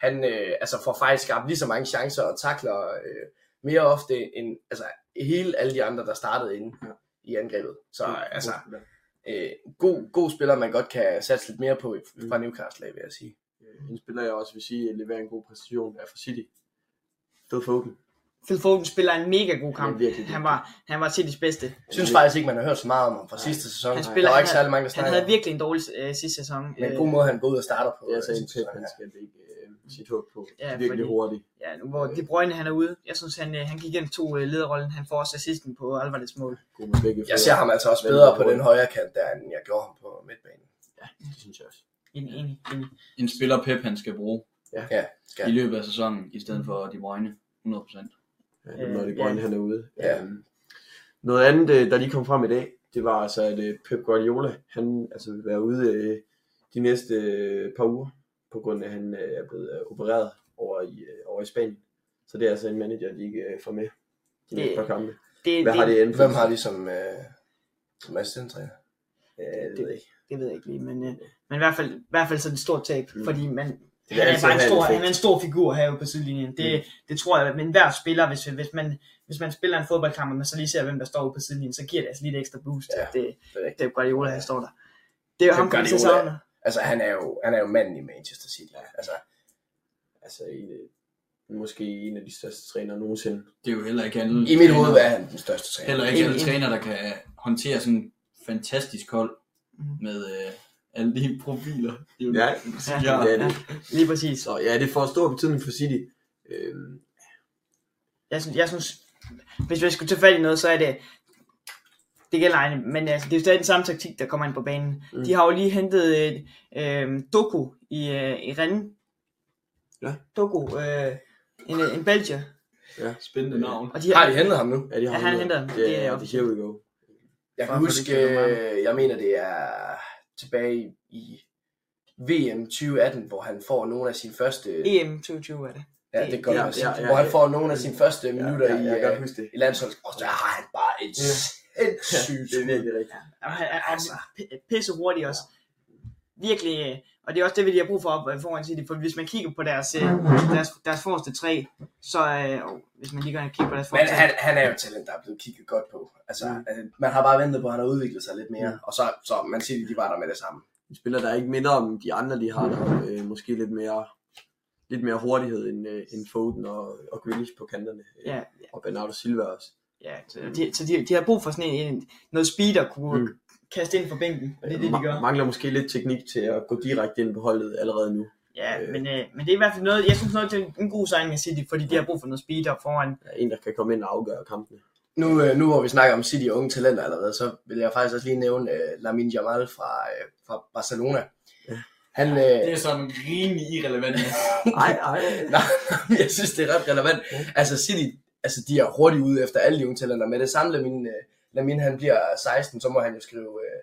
B: Han øh, altså får faktisk skabt lige så mange chancer og takler øh, mere ofte end altså, hele alle de andre, der startede inde
C: Ja.
B: i angrebet. Så altså,
C: Ja.
B: øh, god, god spiller, man godt kan satse lidt mere på fra
C: Mm.
B: Newcastle, af, vil jeg sige.
C: Øh, En spiller, jeg også vil sige, at leverer en god præstation, er for City. Fed Foden.
D: Phil Foden spiller en mega god kamp.
C: Han er virkelig dygtig.
D: Han var, han var Citys bedste.
B: Jeg
A: Mm.
B: synes faktisk ikke, man har hørt så meget om ham fra sidste sæson.
D: Han
B: der
D: spiller-
B: var ikke
D: han
B: særlig mange, der
D: Han
B: snakker
D: havde
B: om ham.
D: virkelig en dårlig øh, sidste sæson.
B: Men en
D: Øh,
B: god måde, han går ud og starter på.
C: Det er altså
B: øh,
C: en
B: sidste
C: tæt,
B: sæson
C: man
B: her.
C: skal lægge øh, sit håb på.
D: Ja,
C: Virkelig
D: fordi-
C: hurtigt.
D: Ja, nu hvor De Bruyne han er ude. Jeg synes, han, øh, han gik ind to øh, lederrollen. Han får også assisten på Alvarez mål.
C: God med begge
B: Jeg
C: fødder.
B: ser ham altså også
C: Vældig
B: bedre på
C: hurtigt.
B: den højre kant, der, end jeg gjorde ham på midtbanen.
C: Det synes jeg også.
D: En, en, en.
A: En spiller Pep, han skal bruge
B: Skal.
A: i løbet af sæsonen, i stedet for De Bruyne. 100%.
C: Ja,
D: Øh,
C: når det
D: ja.
C: grønne han er ude.
B: Ja.
C: Øhm, Noget andet, øh, der lige kom frem i dag, det var altså, at øh, Pep Guardiola, han altså, vil være ude øh, de næste øh, par uger, på grund af, at han øh, er blevet øh, opereret over i, øh, over i Spanien. Så det er altså en manager, de ikke øh, får med de næste
D: Det-
C: par kampe.
D: Det,
C: Hvad har det andet?
B: Hvem har de som, øh, som assistenttræner?
C: Jeg ved jeg ikke.
D: Det ved jeg ikke lige, men, øh, men i hvert fald, i hvert fald så er det et stort tab,
C: Mm.
D: mm. fordi man,
C: Det
D: han,
C: vil
D: er
C: altid
D: bare en
C: have
D: stor,
C: effekt.
D: han er en stor figur herude på sidelinjen. Det, mm. det tror jeg, men hver spiller, hvis, hvis, man, hvis man spiller en fodboldkamp, og man så lige ser, hvem der står ude på sidelinjen, så giver det altså lige et ekstra boost,
B: Ja,
D: ja, at det,
B: det er rigtigt.
D: det er Guardiola, han står der. Det er jo
B: Pep
D: ham, der
B: Guardiola.
D: savner.
B: Altså, han er jo, han er jo manden i Manchester City. Altså,
C: Altså, en, øh, måske en af de største trænere nogensinde.
A: Det er jo heller ikke alle
B: I mit
A: trænere-
B: hoved er han den største træner.
A: Heller ikke
D: En-
A: alle
D: en-
A: træner, der kan håndtere sådan en fantastisk hold
B: Mm.
D: Mhm.
A: med øh, alle de profiler. Det er jo
C: Ja,
A: ja.
C: det er det.
D: Lige præcis.
C: Så ja, det får stor betydning for City. Øhm,
D: Jeg synes, jeg synes hvis vi skulle tage fat i noget, så er det, det gælder egentlig, men altså, det er jo stadig den samme taktik, der kommer ind på banen.
C: Mm.
D: Mm. De har jo lige hentet et øh, Doku i, øh, i Rennes.
C: Ja.
D: Doku, øh, en, en belgier.
C: ja.
A: Spændende navn.
D: Og de
B: Har de hentet ham nu?
C: ja, de har
D: Ja, han henter dem.
C: Det,
D: Det er
C: er det
D: også-
C: here we go.
B: Jeg
D: Bare
B: kan
D: for
B: huske,
D: det, det er meget.
B: øh, jeg mener det er tilbage i VM 2018, hvor han får nogle af sine første,
D: EM 2020 er det.
B: ja, det går
C: E- Ja,
B: ja,
C: ja,
B: ja,
C: ja,
B: hvor han
C: ja.
B: får nogle af sine første minutter
C: ja, jeg
B: i,
C: kan godt
B: øh,
C: huske det.
B: i landsholdet, og så har han bare et
C: Ja.
B: sindssygt
C: Det er
B: skud.
C: virkelig rigtigt.
D: Og han er
B: Altså.
D: altså. pisse hurtig også. Virkelig, øh, og det er også det, vi lige har brug for op øh, foran City, for hvis man kigger på deres, øh, deres, deres forreste tre, så øh, og hvis man lige går ind og kigger på deres
B: Men
D: forreste
B: han, han er jo et talent, der er blevet kigget godt på. Altså, mm. man har bare ventet på, at han har udviklet sig lidt
C: Mm.
B: mere. Og så, så man siger, at de var der med det samme.
C: En spiller, der ikke minder om de andre, de har, der øh, måske lidt mere lidt mere hurtighed end, øh, end Foden og, og Grealish på kanterne. øh,
D: Ja,
C: Og Bernardo Silva også.
D: ja så, de, så de, de har brug for sådan en, en noget speed at kunne
C: Mm.
D: mm. kaste ind for bænken, og det er det, de
C: Øh, Ma-
D: gør.
C: Mangler måske lidt teknik til at gå direkte ind på holdet allerede nu.
D: Ja,
C: øh.
D: men, øh, men det er i hvert fald noget, jeg synes noget, det er en god signing af City, fordi de
A: Mm.
D: har brug for noget speed op foran.
C: Ja, en, der kan komme ind og afgøre kampene.
B: Nu, øh, nu hvor vi snakker om City og unge talenter allerede, så vil jeg faktisk også lige nævne øh, Lamin Jamal fra, øh, fra Barcelona. Han, øh,
A: Det er sådan rimelig irrelevant.
C: Ej, ej.
B: Nej, jeg synes, det er ret relevant. Altså City, altså, de er hurtigt ude efter alle de unge talenter. Med det samme, Lamin, øh, Lamin han bliver 16, så må han jo skrive, øh,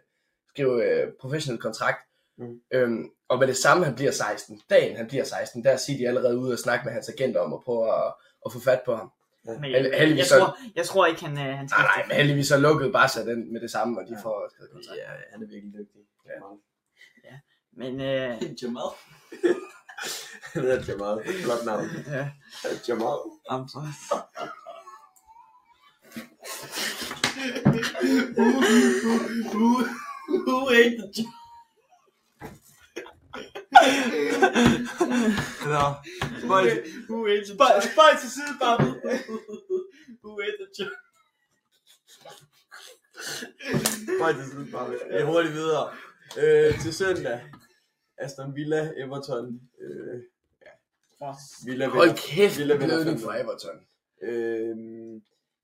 B: skrive øh, professionel kontrakt.
C: Mm.
B: Mm. Øhm, og med det samme, han bliver 16, dagen han bliver 16, der er City allerede ude og snakke med hans agent om at prøve at, at få fat på ham.
D: Men jeg,
B: Held- heldigvis
D: jeg,
B: så-
D: tror, jeg tror ikke, han, øh, han
B: Nej,
D: skifter.
B: nej, men heldigvis så lukkede Barca den med det samme, og de
C: Ja.
B: får skrevet kontrakt.
C: Ja, han er virkelig dygtig.
B: Ja.
D: Men, øh,
A: Jamal.
C: det er Jamal. Flot navn.
D: ja.
C: Jamal.
D: Om, så.
A: Who, who ate the Jamal?
C: Nå, boys.
A: Who ate the Jamal? Spøj til side, Babbel. Who ate the Jamal?
C: Spøj til siden, bare. Det er hurtigt videre. Øh, til søndag. Aston Villa, Everton. Øh, Villa
B: Hold
C: vinder.
B: kæft,
C: Villa vinder
B: blødning
C: 5-0.
B: for Everton.
C: Øh,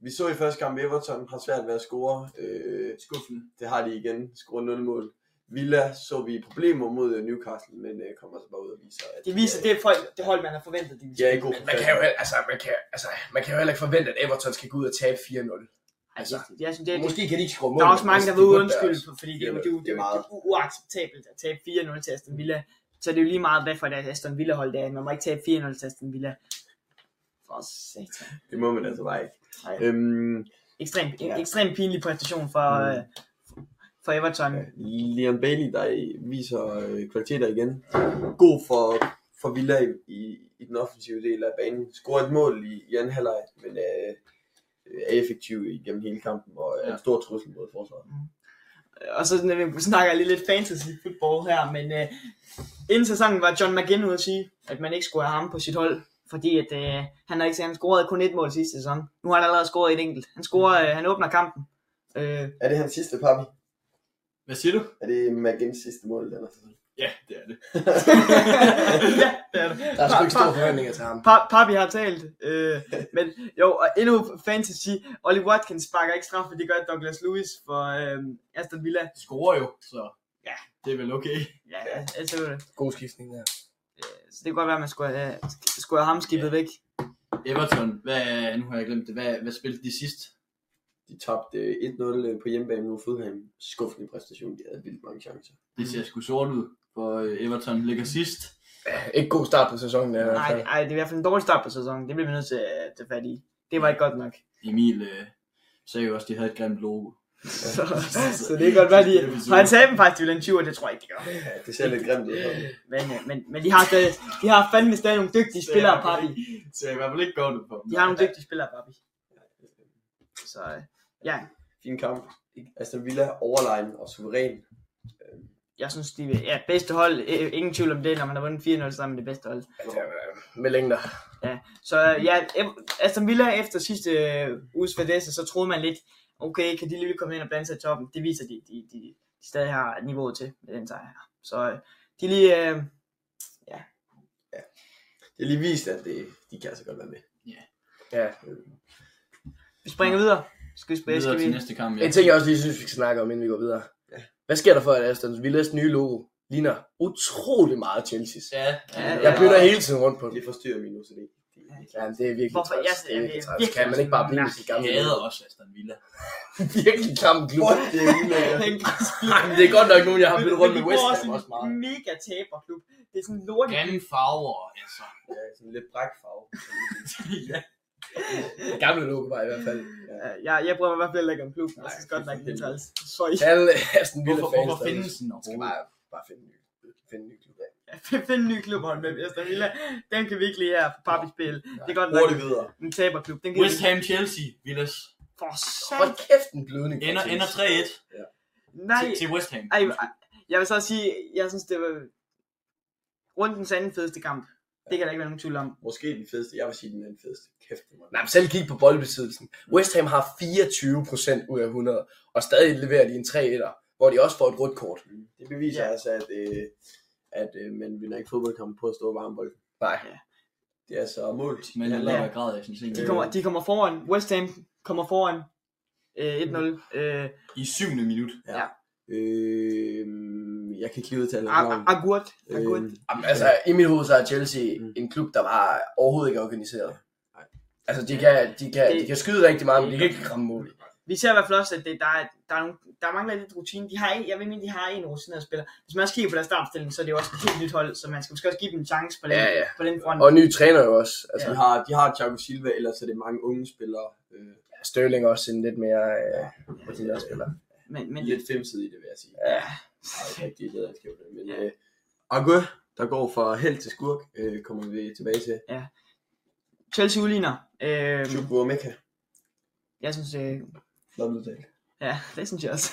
C: vi så i første kamp, Everton har svært ved at score. Øh,
A: Skuffende.
C: det har de igen. Score 0 mål. Villa så vi problemer mod øh, Newcastle, men øh, kommer så bare ud og viser, at
D: Det viser
C: de
D: det, folk, det hold, man har forventet,
C: er,
D: de ville
C: de er i god
B: Man kan, jo, heller- altså, man, kan, altså, man kan jo heller ikke forvente, at Everton skal gå ud og tabe 4-0. Altså,
D: Altså, jeg synes, det, det,
B: Måske kan de ikke score mål.
D: der er også
B: men
D: mange, der
B: altså,
D: vil
B: det burde
D: undskylde,
B: være-
D: for, fordi det er jo det, er jo- det,
C: det er
D: er jo- det er jo uacceptabelt at tabe 4-0 til Aston Villa. Så det er jo lige meget, hvad for et Aston Villa hold det er. Man må ikke tabe 4-0 til Aston Villa. For satan.
C: Det må man altså bare ikke.
D: Nej.
C: Øhm,
D: Ekstrem, en
C: Ja.
D: ekstrem pinlig præstation for,
C: Mm.
D: øh, for Everton.
C: Leon Bailey, der viser øh, kvaliteter igen. God for, for Villa i, i, i den offensive del af banen. Scorer et mål i, i anden halvleg, men øh, er effektiv igennem hele kampen og er en stor trussel mod forsvaret.
D: Og så øh, snakker jeg lige lidt fantasy football her, men øh, inden sæsonen var John McGinn ude at sige, at man ikke skulle have ham på sit hold, fordi at, øh, han, har ikke, han scorede kun et mål sidste sæson. Nu har han allerede scoret et enkelt. Han, scorer, øh, han åbner kampen. Øh,
C: Er det hans sidste papi?
A: Hvad siger du?
C: Er det Magins sidste mål i den her sæson?
A: Ja, det er det.
D: ja, det er det.
B: Der er sgu ikke store forventninger til ham.
D: Pa- Papi har talt, øh, men jo, og endnu fantasy, Ollie Watkins sparker ikke straffe, det gør Douglas Lewis for øh, Aston Villa.
A: Scorer jo, så
D: Ja.
A: det er vel okay.
D: Ja, altså, øh,
B: God skiftning der.
D: så det kan godt være, at man skulle, have- øh, skulle have ham skibet væk.
A: Everton, hvad, nu har jeg glemt det, hvad, hvad spillede de sidst?
C: De tabte øh, 1-0 på hjemmebane mod Fodham. Skuffende præstation, de havde vildt mange chancer.
A: Det ser sgu sort ud, for øh, Everton ligger sidst.
B: Ja, ikke god start på sæsonen der i hvert
D: Nej,
B: fald.
D: nej, det er i hvert fald en dårlig start på sæsonen, det bliver vi nødt til øh, at tage fat i. Det var ikke godt nok.
A: Emil øh, sagde jo også, at de havde et grimt logo.
D: Så, så det kan godt være, de... Og han sagde dem faktisk, de ville en 20, det tror jeg ikke, de gør.
C: Ja, det ser lidt grimt ud.
D: Men, øh, men, men de, har stadig, de har fandme stadig nogle dygtige spillere, Papi.
A: Det ser i hvert fald ikke godt ud for dem.
D: De har nogle dygtige spillere, Papi. Så øh, ja,
C: Fin kamp. Aston Villa overlegen og suveræn.
D: jeg synes, de er ja, bedste hold. Øh, Ingen tvivl om det, når man har vundet 4-0 sammen med det bedste hold.
B: Ja, det er, øh, Med længder.
D: Så øh, ja, Ev- Aston Villa efter sidste øh, uges fadesse, så troede man lidt, okay, kan de lige komme ind og blande sig i toppen? Det viser de, de, de, de stadig har niveauet til med den sejr her. Så øh, de er lige, øh,
C: det er lige vist, at det, de kan altså godt være med.
B: Ja.
D: Vi springer videre. Skal vi spille?
A: Videre
D: Skal
A: til
D: vi?
A: næste kamp, ja.
B: En ting, jeg også lige synes, vi skal snakke om, inden vi går videre. Hvad sker der for, at Aston Villas nye logo ligner utrolig meget Chelsea's?
A: Ja, ja,
D: Ja,
B: Jeg bytter hele tiden rundt på den.
C: Det forstyrrer min OCD.
B: Ja, men det er virkelig
D: Hvorfor?
B: træls.
D: Jeg-
B: det er virkelig
D: jeg-
B: træls.
D: virkelig
B: Kan man ikke bare blive med sit
A: Jeg
B: gamle
A: hader også Aston Villa.
B: virkelig klam klub?
C: Fuck, det er ulækkert.
B: Ej, men det er godt nok nogen, jeg har byttet rundt med West Ham også
D: meget.
B: meget.
D: mega taberklub. Det er sådan en lortet.
A: Grimme farver, altså.
C: Ja, sådan lidt brækfarve.
A: ja.
B: Det gamle logo var i hvert fald.
D: Øh, Jeg, jeg prøver i hvert fald at lægge en klub. Jeg synes
C: Nej,
D: godt
C: for
D: nok, det er
C: helvede.
D: træls. Så I
B: Alle Aston Villa
A: Hvorfor,
B: fans.
A: hvorfor
B: der
A: findes den
B: skal
A: overhovedet?
B: bare, bare finde en ny, finde en ny klub.
D: find en ny klub hold med Aston Villa. Den kan vi ikke lide her på papirspil. Det er godt nok
C: Hurtigt videre.
D: en taberklub. Den kan
A: West Ham Chelsea, Villas.
D: For
B: Hold
D: sat.
B: kæft, en blødning. for
A: Ender,
B: Chelsea.
A: ender 3-1
D: Nej.
A: til, til West Ham.
D: Ej, jeg vil så sige, jeg synes, det var rundens anden fedeste kamp. Det kan der ikke være nogen tvivl om.
C: Måske den fedeste. Jeg vil sige, den er den fedeste. Kæft, det var
B: Nej, men selv kig på boldbesiddelsen. West Ham har 24% ud af 100, og stadig leverer de en 3-1'er, hvor de også får et rødt kort.
C: Det beviser
D: Ja.
C: altså, at, øh, at øh, man vinder ikke fodboldkamp på at stå varme bold.
B: Nej.
C: Det er altså mål.
A: Men
C: det
A: han
C: handler
A: laver
C: om.
A: ja. grad, jeg synes
D: De
B: Øh.
A: ikke.
D: kommer, de kommer foran. West Ham kommer foran øh, 1-0. Øh,
A: I syvende minut.
C: Øh, jeg kan ikke lige udtale
D: Ag-
C: navn.
D: Agurt. Agurt.
C: Øhm,
B: Jamen, altså, i mit hoved så er Chelsea
C: Mm.
B: en klub, der var overhovedet ikke organiseret.
C: Nej.
B: Altså, de kan, de kan, de
D: Det-
B: kan skyde rigtig meget, men de kan ikke ramme mål.
D: Vi ser i hvert fald også, at det, der, er, der, er nogle, der mangler lidt rutine. De har en, jeg ved ikke, de har en rutineret spiller. Hvis man også kigger på deres startopstilling, så er det jo også et helt nyt hold, så man skal måske også give dem en chance på den,
B: Ja, ja.
D: På den front.
B: Og ny træner jo også. Altså,
C: De
B: ja.
C: har, de har Thiago Silva, ellers er det mange unge spillere. Øh,
B: Sterling er også en lidt mere øh, rutineret spiller.
D: Men, men
C: lidt femsid i det, vil jeg sige.
B: Ja.
C: Ej, ikke rigtig lederskab, men
D: Ja.
C: øh, Agø, der går fra held til skurk, øh, kommer vi tilbage til.
B: Mm.
D: Chelsea udligner. Øh,
C: Chubu og Mekka.
D: jeg synes, øh,
C: Lovely dag.
D: ja, det synes jeg også.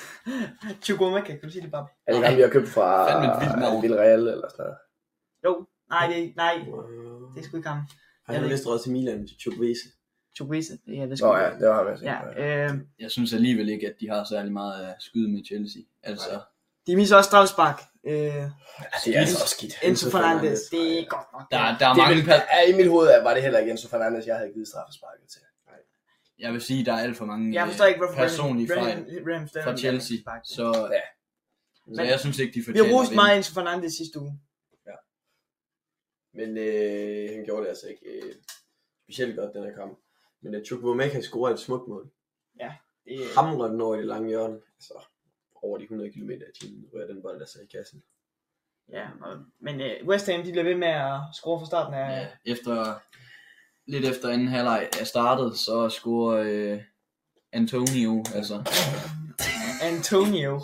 D: Chukwuma, kan du sige det bare?
B: Er det ham, vi har købt fra
A: Fandme et vildt navn.
B: Villarreal eller sådan noget?
D: Jo, nej, det, nej, det er
C: Wow.
D: sgu ikke ham.
C: Han
D: Jeg
C: er
D: ved
C: vist røget til Milan, til Chukwese.
D: Chukwuma, jeg ved sgu
B: Nå
D: ikke.
B: ja, det var ham, jeg
D: Ja,
B: tænkte. på.
D: øh,
A: Jeg synes alligevel ikke, at de har særlig meget at skyde med Chelsea. Altså,
D: de misser også straffespark. Øh,
B: Ja, det er altså også skidt.
D: Enzo Fernandes, det er godt nok.
A: der, der er
B: Det
A: mange...
B: vil,
A: Per-
B: ja, I mit hoved var det heller ikke Enzo Fernandes, jeg havde givet straffesparket til.
A: jeg vil sige, der er alt for mange
D: jeg
A: øh,
D: forstår ikke, hvorfor
A: personlige fejl
D: fejl
A: fra Chelsea. Så,
B: Ja.
A: så jeg synes ikke, de
D: Vi har
A: fortjener
D: rost
A: at
D: meget
A: vinde.
D: Enzo Fernandes sidste uge.
C: Men øh, han gjorde det altså ikke øh, specielt godt, den her kamp. Men at Chukwese Mekka scorer et smukt mål.
D: Det,
C: Hamrer den over i det lange hjørne. Altså, over de 100 km i timen, rører den bold altså i kassen.
D: ja, og, men øh, West Ham, de bliver ved med at score fra starten af.
A: Ja, efter, lidt efter anden halvleg er startet, så scorer øh, Antonio, altså.
D: Antonio.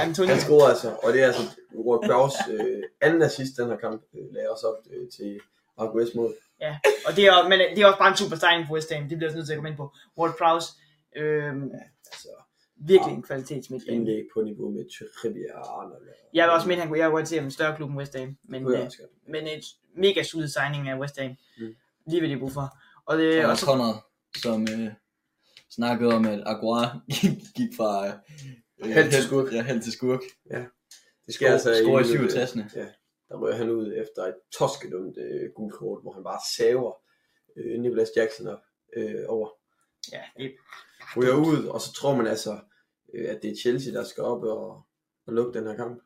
D: Antonio.
C: Han scorer altså, og det er altså Robert Kraus øh, anden assist den her kamp, øh, lagde også op øh, til Marquez mål.
D: Og det er, men øh, det er også bare en super sejring for West Ham. Det bliver jeg også nødt til at komme ind på. Ward Prowse. Øh,
C: Altså,
D: virkelig en kvalitetsmidtbane.
C: indlæg på niveau med Trippier og Arnold.
D: Jeg vil også mene, han kunne, jeg kunne godt se ham i en større klub end West Ham. Men,
C: Kunne jeg
D: øh,
C: også godt.
D: men et mega solid signing af West Ham.
C: Mm.
D: Lige hvad de har brug for. Og, det,
A: Øh,
D: og
A: og
D: så
A: Conrad, som øh, snakkede om, at Aguar gik, gik fra... Øh,
B: Held til skurk.
A: Ja, held til skurk.
C: Det sker
A: Score,
C: altså i
A: score i
C: minut, øh,
A: 67.
C: Der rører han ud efter et toskedumt øh, gult kort, hvor han bare saver øh, Nicolas Jackson op øh, over.
D: ja, det,
C: Ryger ud, og så tror man altså, øh, at det er Chelsea, der skal op og, og lukke den her kamp.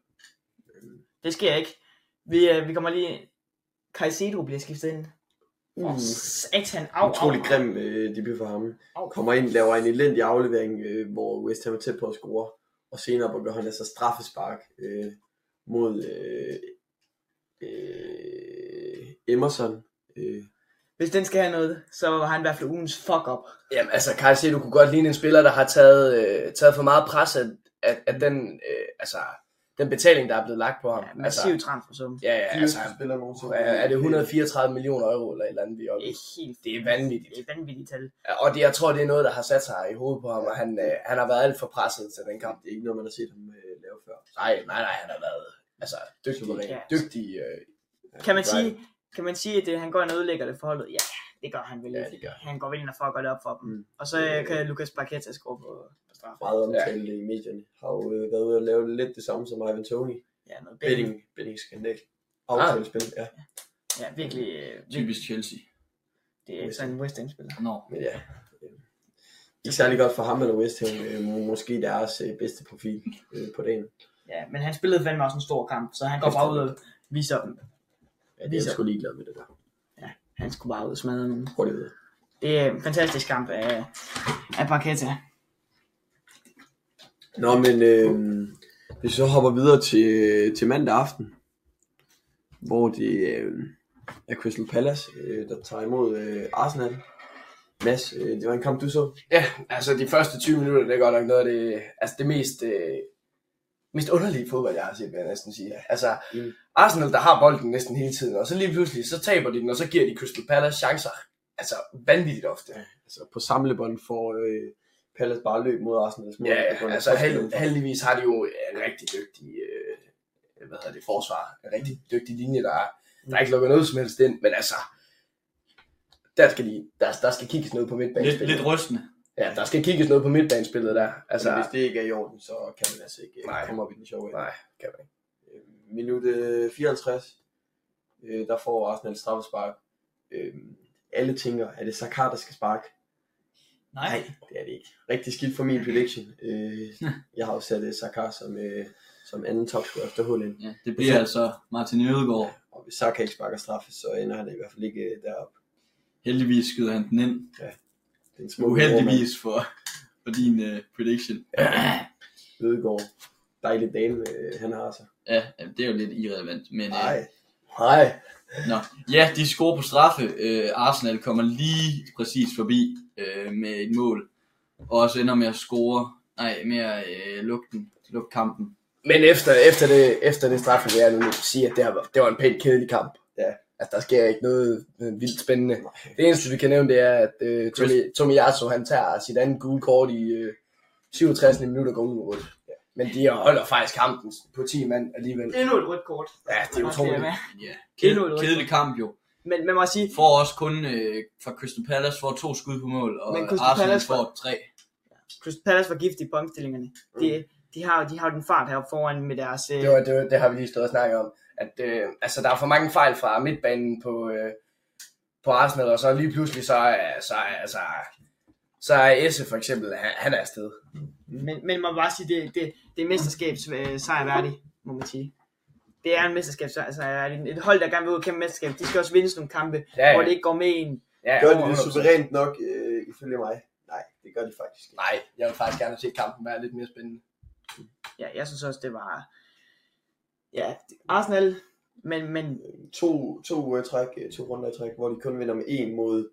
D: det sker ikke. Vi, øh, vi kommer lige... Caicedo bliver skiftet ind.
B: Uh.
D: For
C: Mm.
D: satan, au, au,
C: Utrolig
D: au.
C: grim øh, debut for ham.
D: Au.
C: Kommer ind, laver en elendig aflevering, øh, hvor West Ham er tæt på at score. Og senere gør han altså straffespark øh, mod øh, øh, Emerson. Øh,
D: Hvis den skal have noget, så var han i hvert fald ugens fuck up.
B: Jamen altså, Kajse, du kunne godt ligne en spiller, der har taget, øh, taget for meget pres af, af, af den, øh, altså, den betaling, der er blevet lagt på ham.
D: Ja,
B: altså,
D: massiv altså, transfersum.
B: ja, ja, altså,
C: spiller nogensinde.
B: er, er det 134 millioner euro eller et eller andet, vi er oppe
D: Det
B: i?
D: er helt
B: Det er vanvittigt.
D: Det er vanvittigt tal.
B: Og det, jeg tror, det er noget, der har sat sig i hovedet på ham, og han, øh, han har været alt for presset til den kamp.
C: Det er ikke noget, man har set ham øh, lave før.
B: Nej, nej, nej, han har været altså, dygtig,
D: Ja.
B: dygtig øh,
D: Kan man,
B: Right.
D: sige, kan man sige, at det, han går ind og ødelægger det forholdet? Ja, det gør han vel
B: Ja,
D: ikke.
B: det gør han.
D: Han går vel ind og fucker det op for dem.
C: Mm.
D: Og så øh, kan Lucas Paqueta score på, på straf.
C: Meget omtalt ja. i medierne. Har jo øh, været ude og lave lidt det samme som Ivan Tony.
D: Ja, noget betting.
C: Betting, betting skandal. Aftalt spil, ja.
D: Ja, virkelig. øh, virkelig.
A: Typisk Chelsea.
D: Det er sådan en West End-spiller.
A: Nå,
C: Men ja. øh, Ikke særlig godt for ham eller West Ham. øh, må- Måske deres øh, bedste profil øh, på dagen.
D: Ja, men han spillede fandme også en stor kamp, så han går bare ud og viser dem.
C: Ja, det er
B: Ligesom.
C: jeg sgu ligeglad med det der.
D: Han skulle bare ud og smadre nogen.
C: Prøv lige ved.
D: Det er en fantastisk kamp af, af Parketta.
C: Nå, men øh, hvis vi så hopper videre til, til mandag aften, hvor det øh, er Crystal Palace, øh, der tager imod øh, Arsenal. Mads, øh, det var en kamp, du så.
B: Ja, altså de første 20 minutter, det er godt nok noget af det, altså det mest, øh, mest underlige fodbold, jeg har set, vil jeg næsten sige. Altså,
C: Mm.
B: mm. Arsenal, der har bolden næsten hele tiden, og så lige pludselig, så taber de den, og så giver de Crystal Palace chancer. Altså, vanvittigt ofte.
C: Altså, på samlebånd får øh, Palace bare løb mod Arsenal.
B: Ja, ja altså held, heldigvis har de jo en rigtig dygtig, øh, hvad hedder det, forsvar. En rigtig dygtig linje, der, der ikke lukker noget som helst ind, men altså, der skal, de, der, der skal kigges noget på
A: lidt,
B: midtbanespillet.
A: lidt rystende.
B: Ja, der skal kigges noget på midtbanespillet der.
C: Altså,
B: Altså,
C: hvis det ikke er i orden, så kan man altså ikke
B: Nej.
C: Nej. komme op i den sjove ende.
B: nej, kan man ikke.
C: Øh, Minut øh, 54, øh, der får Arsenal straffespark. Øh, alle tænker, er det Saka, der skal sparke?
A: Nej.
C: Nej, det er det ikke. Rigtig skidt for min prediction. Øh, jeg har jo sat uh, Saka som, øh, som anden topscorer efter Hullen.
A: Ja, det bliver altså Martin Ødegaard.
C: Og hvis Saka ikke sparker straffe, så ender han i hvert fald ikke øh, deroppe.
A: Heldigvis skyder han den ind.
C: Det er en smuk
A: Uheldigvis for, for din uh, prediction.
C: målmand. Ødegaard. Dejlig dame, øh, han har sig.
A: Ja, jamen, det er jo lidt irrelevant. Men, øh,
C: Nej. Nej.
A: Nå. Ja, de scorer på straffe. Øh, Arsenal kommer lige præcis forbi øh, med et mål. Og også ender med at score. Nej, med at øh, lukke, den, lukke kampen.
B: Men efter, efter, det, efter det straffe, vil jeg nu sige, at det, her, det var en pænt kedelig kamp.
C: Ja.
B: Altså, der sker ikke noget øh, vildt spændende. Det eneste, vi kan nævne, det er, at øh, Tomi, Tomiyasu, han tager sit andet gule kort i øh, 67 minutter går ud med rødt. Ja. Men de holder faktisk kampen på 10 mand alligevel.
D: Endnu et rødt kort.
B: Ja, det er utroligt.
A: Men ja,
D: Endnu et
A: ked,
D: rødt
A: kedelig kamp jo.
D: Men man må sige,
A: Får også kun øh, fra Crystal Palace får to skud på mål, og
D: Men Crystal
A: Arsenal
D: Palace var-
A: får tre.
D: Crystal Palace var giftige på omstillingerne. De, de, har, jo- de har jo den fart heroppe foran med deres... Øh,
B: Mm. Det, var, det, var, det har vi lige stået og snakket om. At, øh, altså, der er for mange fejl fra midtbanen på, øh, på Arsenal, og så lige pludselig, så er, så er, så er, så er Esse for eksempel, han, han er afsted.
D: men, men man må bare sige, det, det, det er mesterskabs øh, sejr værdig, må man sige. Det er en mesterskabs sejr værdig. Et hold, der gerne vil ud og kæmpe mesterskab, de skal også vinde sådan nogle kampe,
B: Ja,
D: hvor
B: ja.
D: det ikke går med en.
B: Ja,
C: Gør de det
B: 100%.
C: suverænt nok, øh, ifølge mig? Nej, det gør de faktisk ikke.
B: Nej, jeg vil faktisk gerne se kampen være lidt mere spændende.
D: Ja, jeg synes også, det var... Ja, Arsenal, men, men
C: To, to uger i træk, øh, to runder i træk, hvor de kun vinder med en mod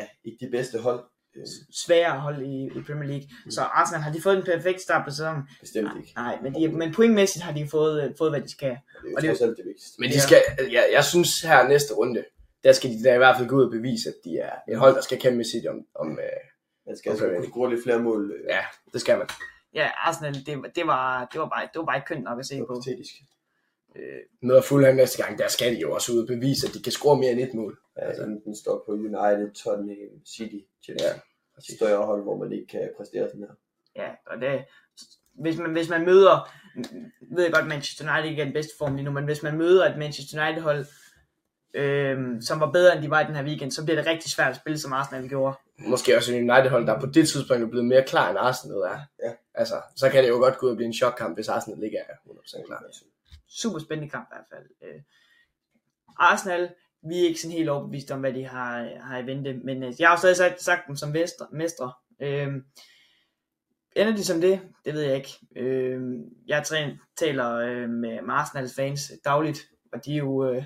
C: ja, ikke de bedste hold. Øh,
D: sværere hold i, i Premier League. Så Arsenal har de fået en perfekt start på sæsonen.
C: bestemt ikke.
D: Nej, men, de, men pointmæssigt har de fået, øh, fået hvad de skal.
C: Det er
B: Og
C: jo
B: det-
C: trods alt det vigtigste.
B: Men de
D: Ja.
B: skal, jeg, jeg synes her næste runde, der skal de da i hvert fald gå ud og bevise, at de er et hold, der skal kæmpe med sit om, om øh,
C: Man skal altså
B: Okay.
C: kunne score lidt flere mål øh,
B: ja, det skal man.
D: Ja, Arsenal, det, det, var, det, var bare, det var bare ikke kønt nok at se på.
C: hypotetisk.
D: Øh,
B: Noget af Fulham næste gang, der skal de jo også ud og bevise, at de kan score mere end et mål.
C: Altså, den står på United, Tottenham, City, Chelsea.
B: Ja,
C: Ja. Større hold, hvor man ikke kan præstere sådan her.
D: ja, og det, hvis man, hvis man møder, mm, ved jeg godt, Manchester United ikke er den bedste form lige nu, men hvis man møder et Manchester United hold, øh, som var bedre end de var i den her weekend, så bliver det rigtig svært at spille, som Arsenal gjorde.
B: Måske også en United-hold, der på det tidspunkt er blevet mere klar, end Arsenal er.
C: Ja.
B: Altså, så kan det jo godt gå ud og blive en chokkamp, hvis Arsenal ikke er 100% klar.
D: Super spændende kamp i hvert fald. Øh, Arsenal, vi er ikke sådan helt overbevist om, hvad de har, har i vente, men øh, jeg har jo stadig sagt, sagt dem som mestre. mestre. Øh, ender de som det? Det ved jeg ikke. Øh, jeg træn, taler øh, med med Arsenals fans dagligt, og de er jo, øh,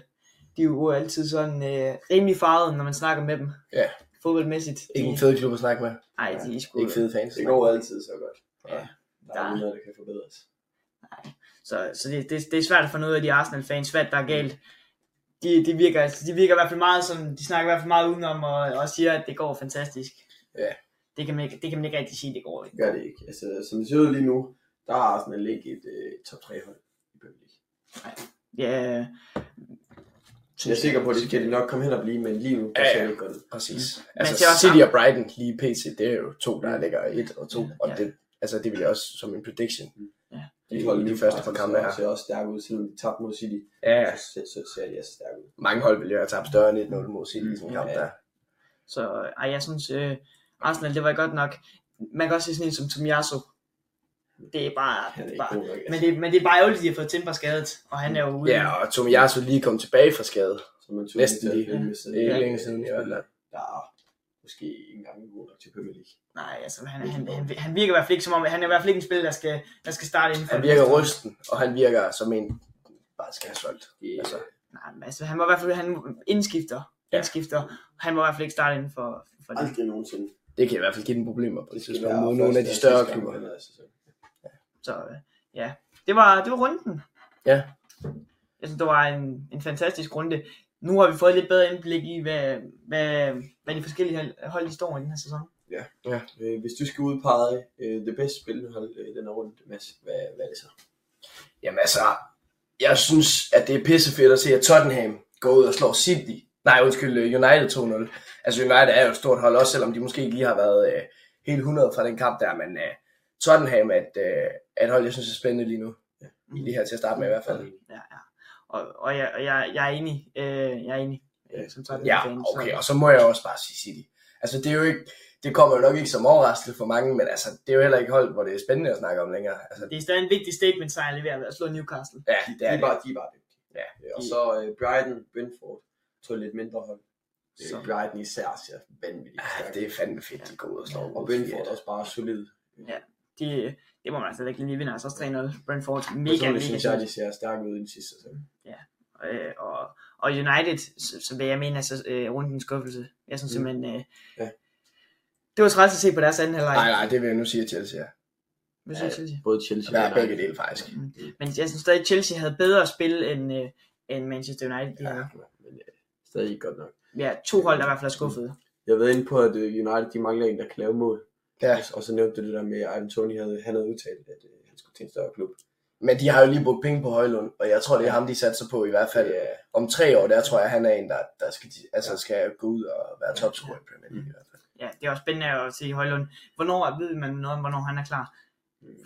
D: de er jo altid sådan øh, rimelig farvet, når man snakker med dem.
B: Ja.
D: Fodboldmæssigt.
B: Ikke en fed klub at snakke med.
D: Nej, de er sgu...
B: Ikke fede fans.
C: Det går altid så godt.
B: Ja.
C: Der er
D: Der-
C: noget, der kan forbedres.
D: Så, så det, det, det er svært at finde ud af de Arsenal-fans, hvad der er galt. De, de, virker, altså, de virker i hvert fald meget som, de snakker i hvert fald meget udenom og, og siger, at det går fantastisk.
B: Ja.
D: Det kan man ikke, det kan man ikke rigtig sige, det går.
C: Det gør det ikke. Altså, som det ser ud lige nu, der er Arsenal ikke et øh, top 3 hold i Premier League.
D: Ja,
C: Jeg er sikker på, at det skal de nok komme hen og blive, men lige nu, der
B: Ja,
C: ser
B: ja.
C: det ikke godt ud. Mm.
B: Præcis.
D: Men
B: Altså
D: det er også
B: City
D: samme-
B: og Brighton lige pt, det er jo to, der ligger et og to, og
D: Ja.
B: det, altså, det vil jeg også som en prediction.
C: De hold
B: I de
C: nu,
B: første par
C: Arsenal,
B: kampe her.
C: ser også stærke ud, selvom de tabte mod City.
B: Ja,
C: Så, så, så ser de også stærke ud.
B: mange hold ville jo have tabt større end 1-0 mod City i sådan en kamp
A: Ja.
B: der.
D: Så ej, jeg synes, øh, Arsenal, det var godt nok. Man kan også se sådan en som Tomiasso. Det er bare...
A: Han er
D: Det er
A: ikke
D: bare
A: god nok.
C: altså.
D: men, det, men det er bare ærgerligt, at de har fået Timber skadet, og han er jo ude.
B: altså. Ja, og Tomiyasu lige kom tilbage fra skade.
A: Som man tog
B: Næsten lige. Det er ikke
A: ja.
B: længe siden i hvert fald.
A: Der er måske ikke engang god nok til Premier League.
D: Nej, altså, han, han, han, han virker i hvert fald ikke som om, han er i hvert fald ikke en spiller, der skal, der skal starte inden for
B: Han
D: det
B: virker
D: næste år.
B: rysten, og han virker som en, bare skal have solgt.
A: Det,
B: Altså,
D: Nej, men altså, han var i hvert fald han indskifter.
B: Ja.
D: Indskifter. Han må i hvert fald ikke starte inden for, for det.
A: aldrig nogensinde.
B: det kan i hvert fald give dem problemer på det
A: skal
B: tidspunkt
A: være
B: mod nogle af
A: første
B: de
A: og
B: større
A: sidste
B: klubber.
A: kamp, eller altså, så-
D: Så øh, ja, det var, det var runden.
B: Ja.
D: Jeg synes, det var en, en fantastisk runde. Nu har vi fået lidt bedre indblik i, hvad, hvad, hvad de forskellige hold- hold de står i den her sæson.
B: Ja.
A: Øh, Hvis du skal udpege øh, det bedste spillende hold øh, den her runde, Mads, hvad, hvad er det så?
B: Jamen altså, jeg synes, at det er pissefedt at se, at Tottenham går ud og slår City. Nej, undskyld, øh, United 2-0. Altså, United er jo et stort hold, også selvom de måske ikke lige har været øh, helt 100 fra den kamp der, men øh, Tottenham er et, øh, er et hold, jeg synes er spændende lige nu. I det her til at starte med i hvert fald.
D: Ja, ja. Og, og, jeg, og jeg, jeg er enig. Øh, jeg er enig. Øh, som sådan,
B: Ja, okay, og så må jeg også bare sige City. Altså, det er jo ikke, det kommer jo nok ikke som overraskelse for mange, men altså, det er jo heller ikke hold, hvor det er spændende at snakke om længere. Altså,
D: Det er stadig en vigtig statement sejr at levere ved at slå Newcastle.
B: ja,
A: De, de,
B: det er
A: er
B: det.
A: bare, de er bare dygtige.
B: Ja.
A: Øh, Og så øh, Brighton, Brentford, to lidt mindre hold. Øh,
D: Så.
A: Brighton især ser vanvittigt
B: Ja,
A: stærkt.
B: Ah, det er fandme fedt, de går ud og slår.
A: Og
B: mod
A: Brentford
B: City.
A: også bare solid.
D: De, det må man altså ikke lige vinde. Altså også 3-0. Brentford.
A: Mega,
D: Mega,
A: Personligt
D: mega
A: synes jeg,
D: sjovt.
A: de ser stærke ud i den sidste sæson.
D: Øh, og, og United, så, så vil jeg mene, altså øh, rundt en skuffelse. Jeg synes
A: Mm.
D: simpelthen, øh,
A: Ja.
D: det var træls at se på deres anden halvleg.
B: Nej, nej, det vil jeg nu sige, at Chelsea er.
D: Hvad synes du, Chelsea?
A: Både Chelsea
B: Der er begge dele, faktisk.
D: Men jeg synes stadig, at Chelsea havde bedre spil end, øh, end Manchester United. De
B: Ja.
D: ja. Havde.
A: Men øh, stadig ikke godt nok.
D: ja, to hold, der i hvert fald er skuffet.
C: Jeg har været inde på, at øh, United de mangler en, der kan lave mål.
B: Ja.
C: Og, og så nævnte du det der med, at Ivan Tony havde, han havde udtalt, at øh, han skulle til en større klub.
B: Men de har jo lige brugt penge på Højlund, og jeg tror, det er ham, de satser på i hvert fald.
C: Ja,
B: Om tre år, der tror jeg, han er en, der, der skal, altså, skal gå ud og være topscorer i Premier League. i hvert fald.
D: Ja, det er også spændende at se Højlund. Hvornår ved man noget om, hvornår han er klar?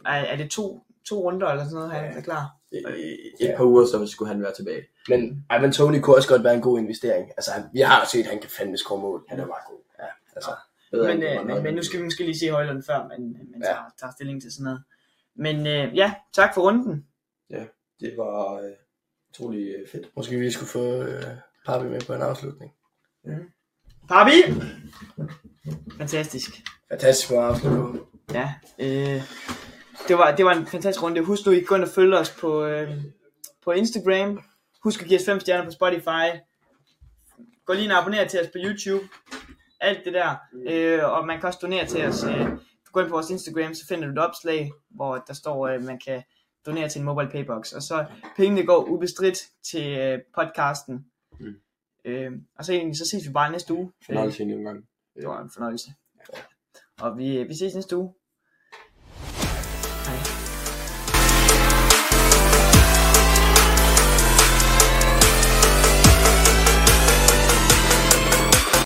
D: Er, er det to, to runder eller sådan noget, han
A: Ja.
D: er klar?
C: øh,
A: I- i-
B: Ja.
A: Et par uger, så skulle han være tilbage.
B: Men Ivan Tony kunne også godt være en god investering. Altså, han- vi har jo set, at han kan fandme score mål. Han er bare god. Ja, altså.
A: Bedre
D: Men,
A: end
D: øh,
A: Van
D: men,
A: Højbjerg.
D: men nu skal vi måske lige se Højlund før, man, man
B: Ja.
D: tager, tager stilling til sådan noget. Men øh, ja, tak for runden.
A: Det var øh, utrolig øh, fedt.
B: Måske vi skulle få øh, Papi med på en afslutning.
D: Papi! Fantastisk.
B: Fantastisk meget afslutning.
D: Ja, øh, det, var, det var en fantastisk runde. Husk nu, I kan gå ind og følge os på, øh, på Instagram. Husk at give os 5 stjerner på Spotify. Gå lige ind og abonner til os på YouTube. Alt det der. Øh, og man kan også donere til os. Øh, gå ind på vores Instagram, så finder du et opslag, hvor der står, øh, man kan donere til en mobile paybox. Og så pengene går ubestridt til øh, podcasten.
C: Mm.
D: Øh, og så, egentlig, så ses vi bare næste uge.
C: fornøjelse i en omgang.
D: Det var en fornøjelse. Og vi, vi ses næste uge.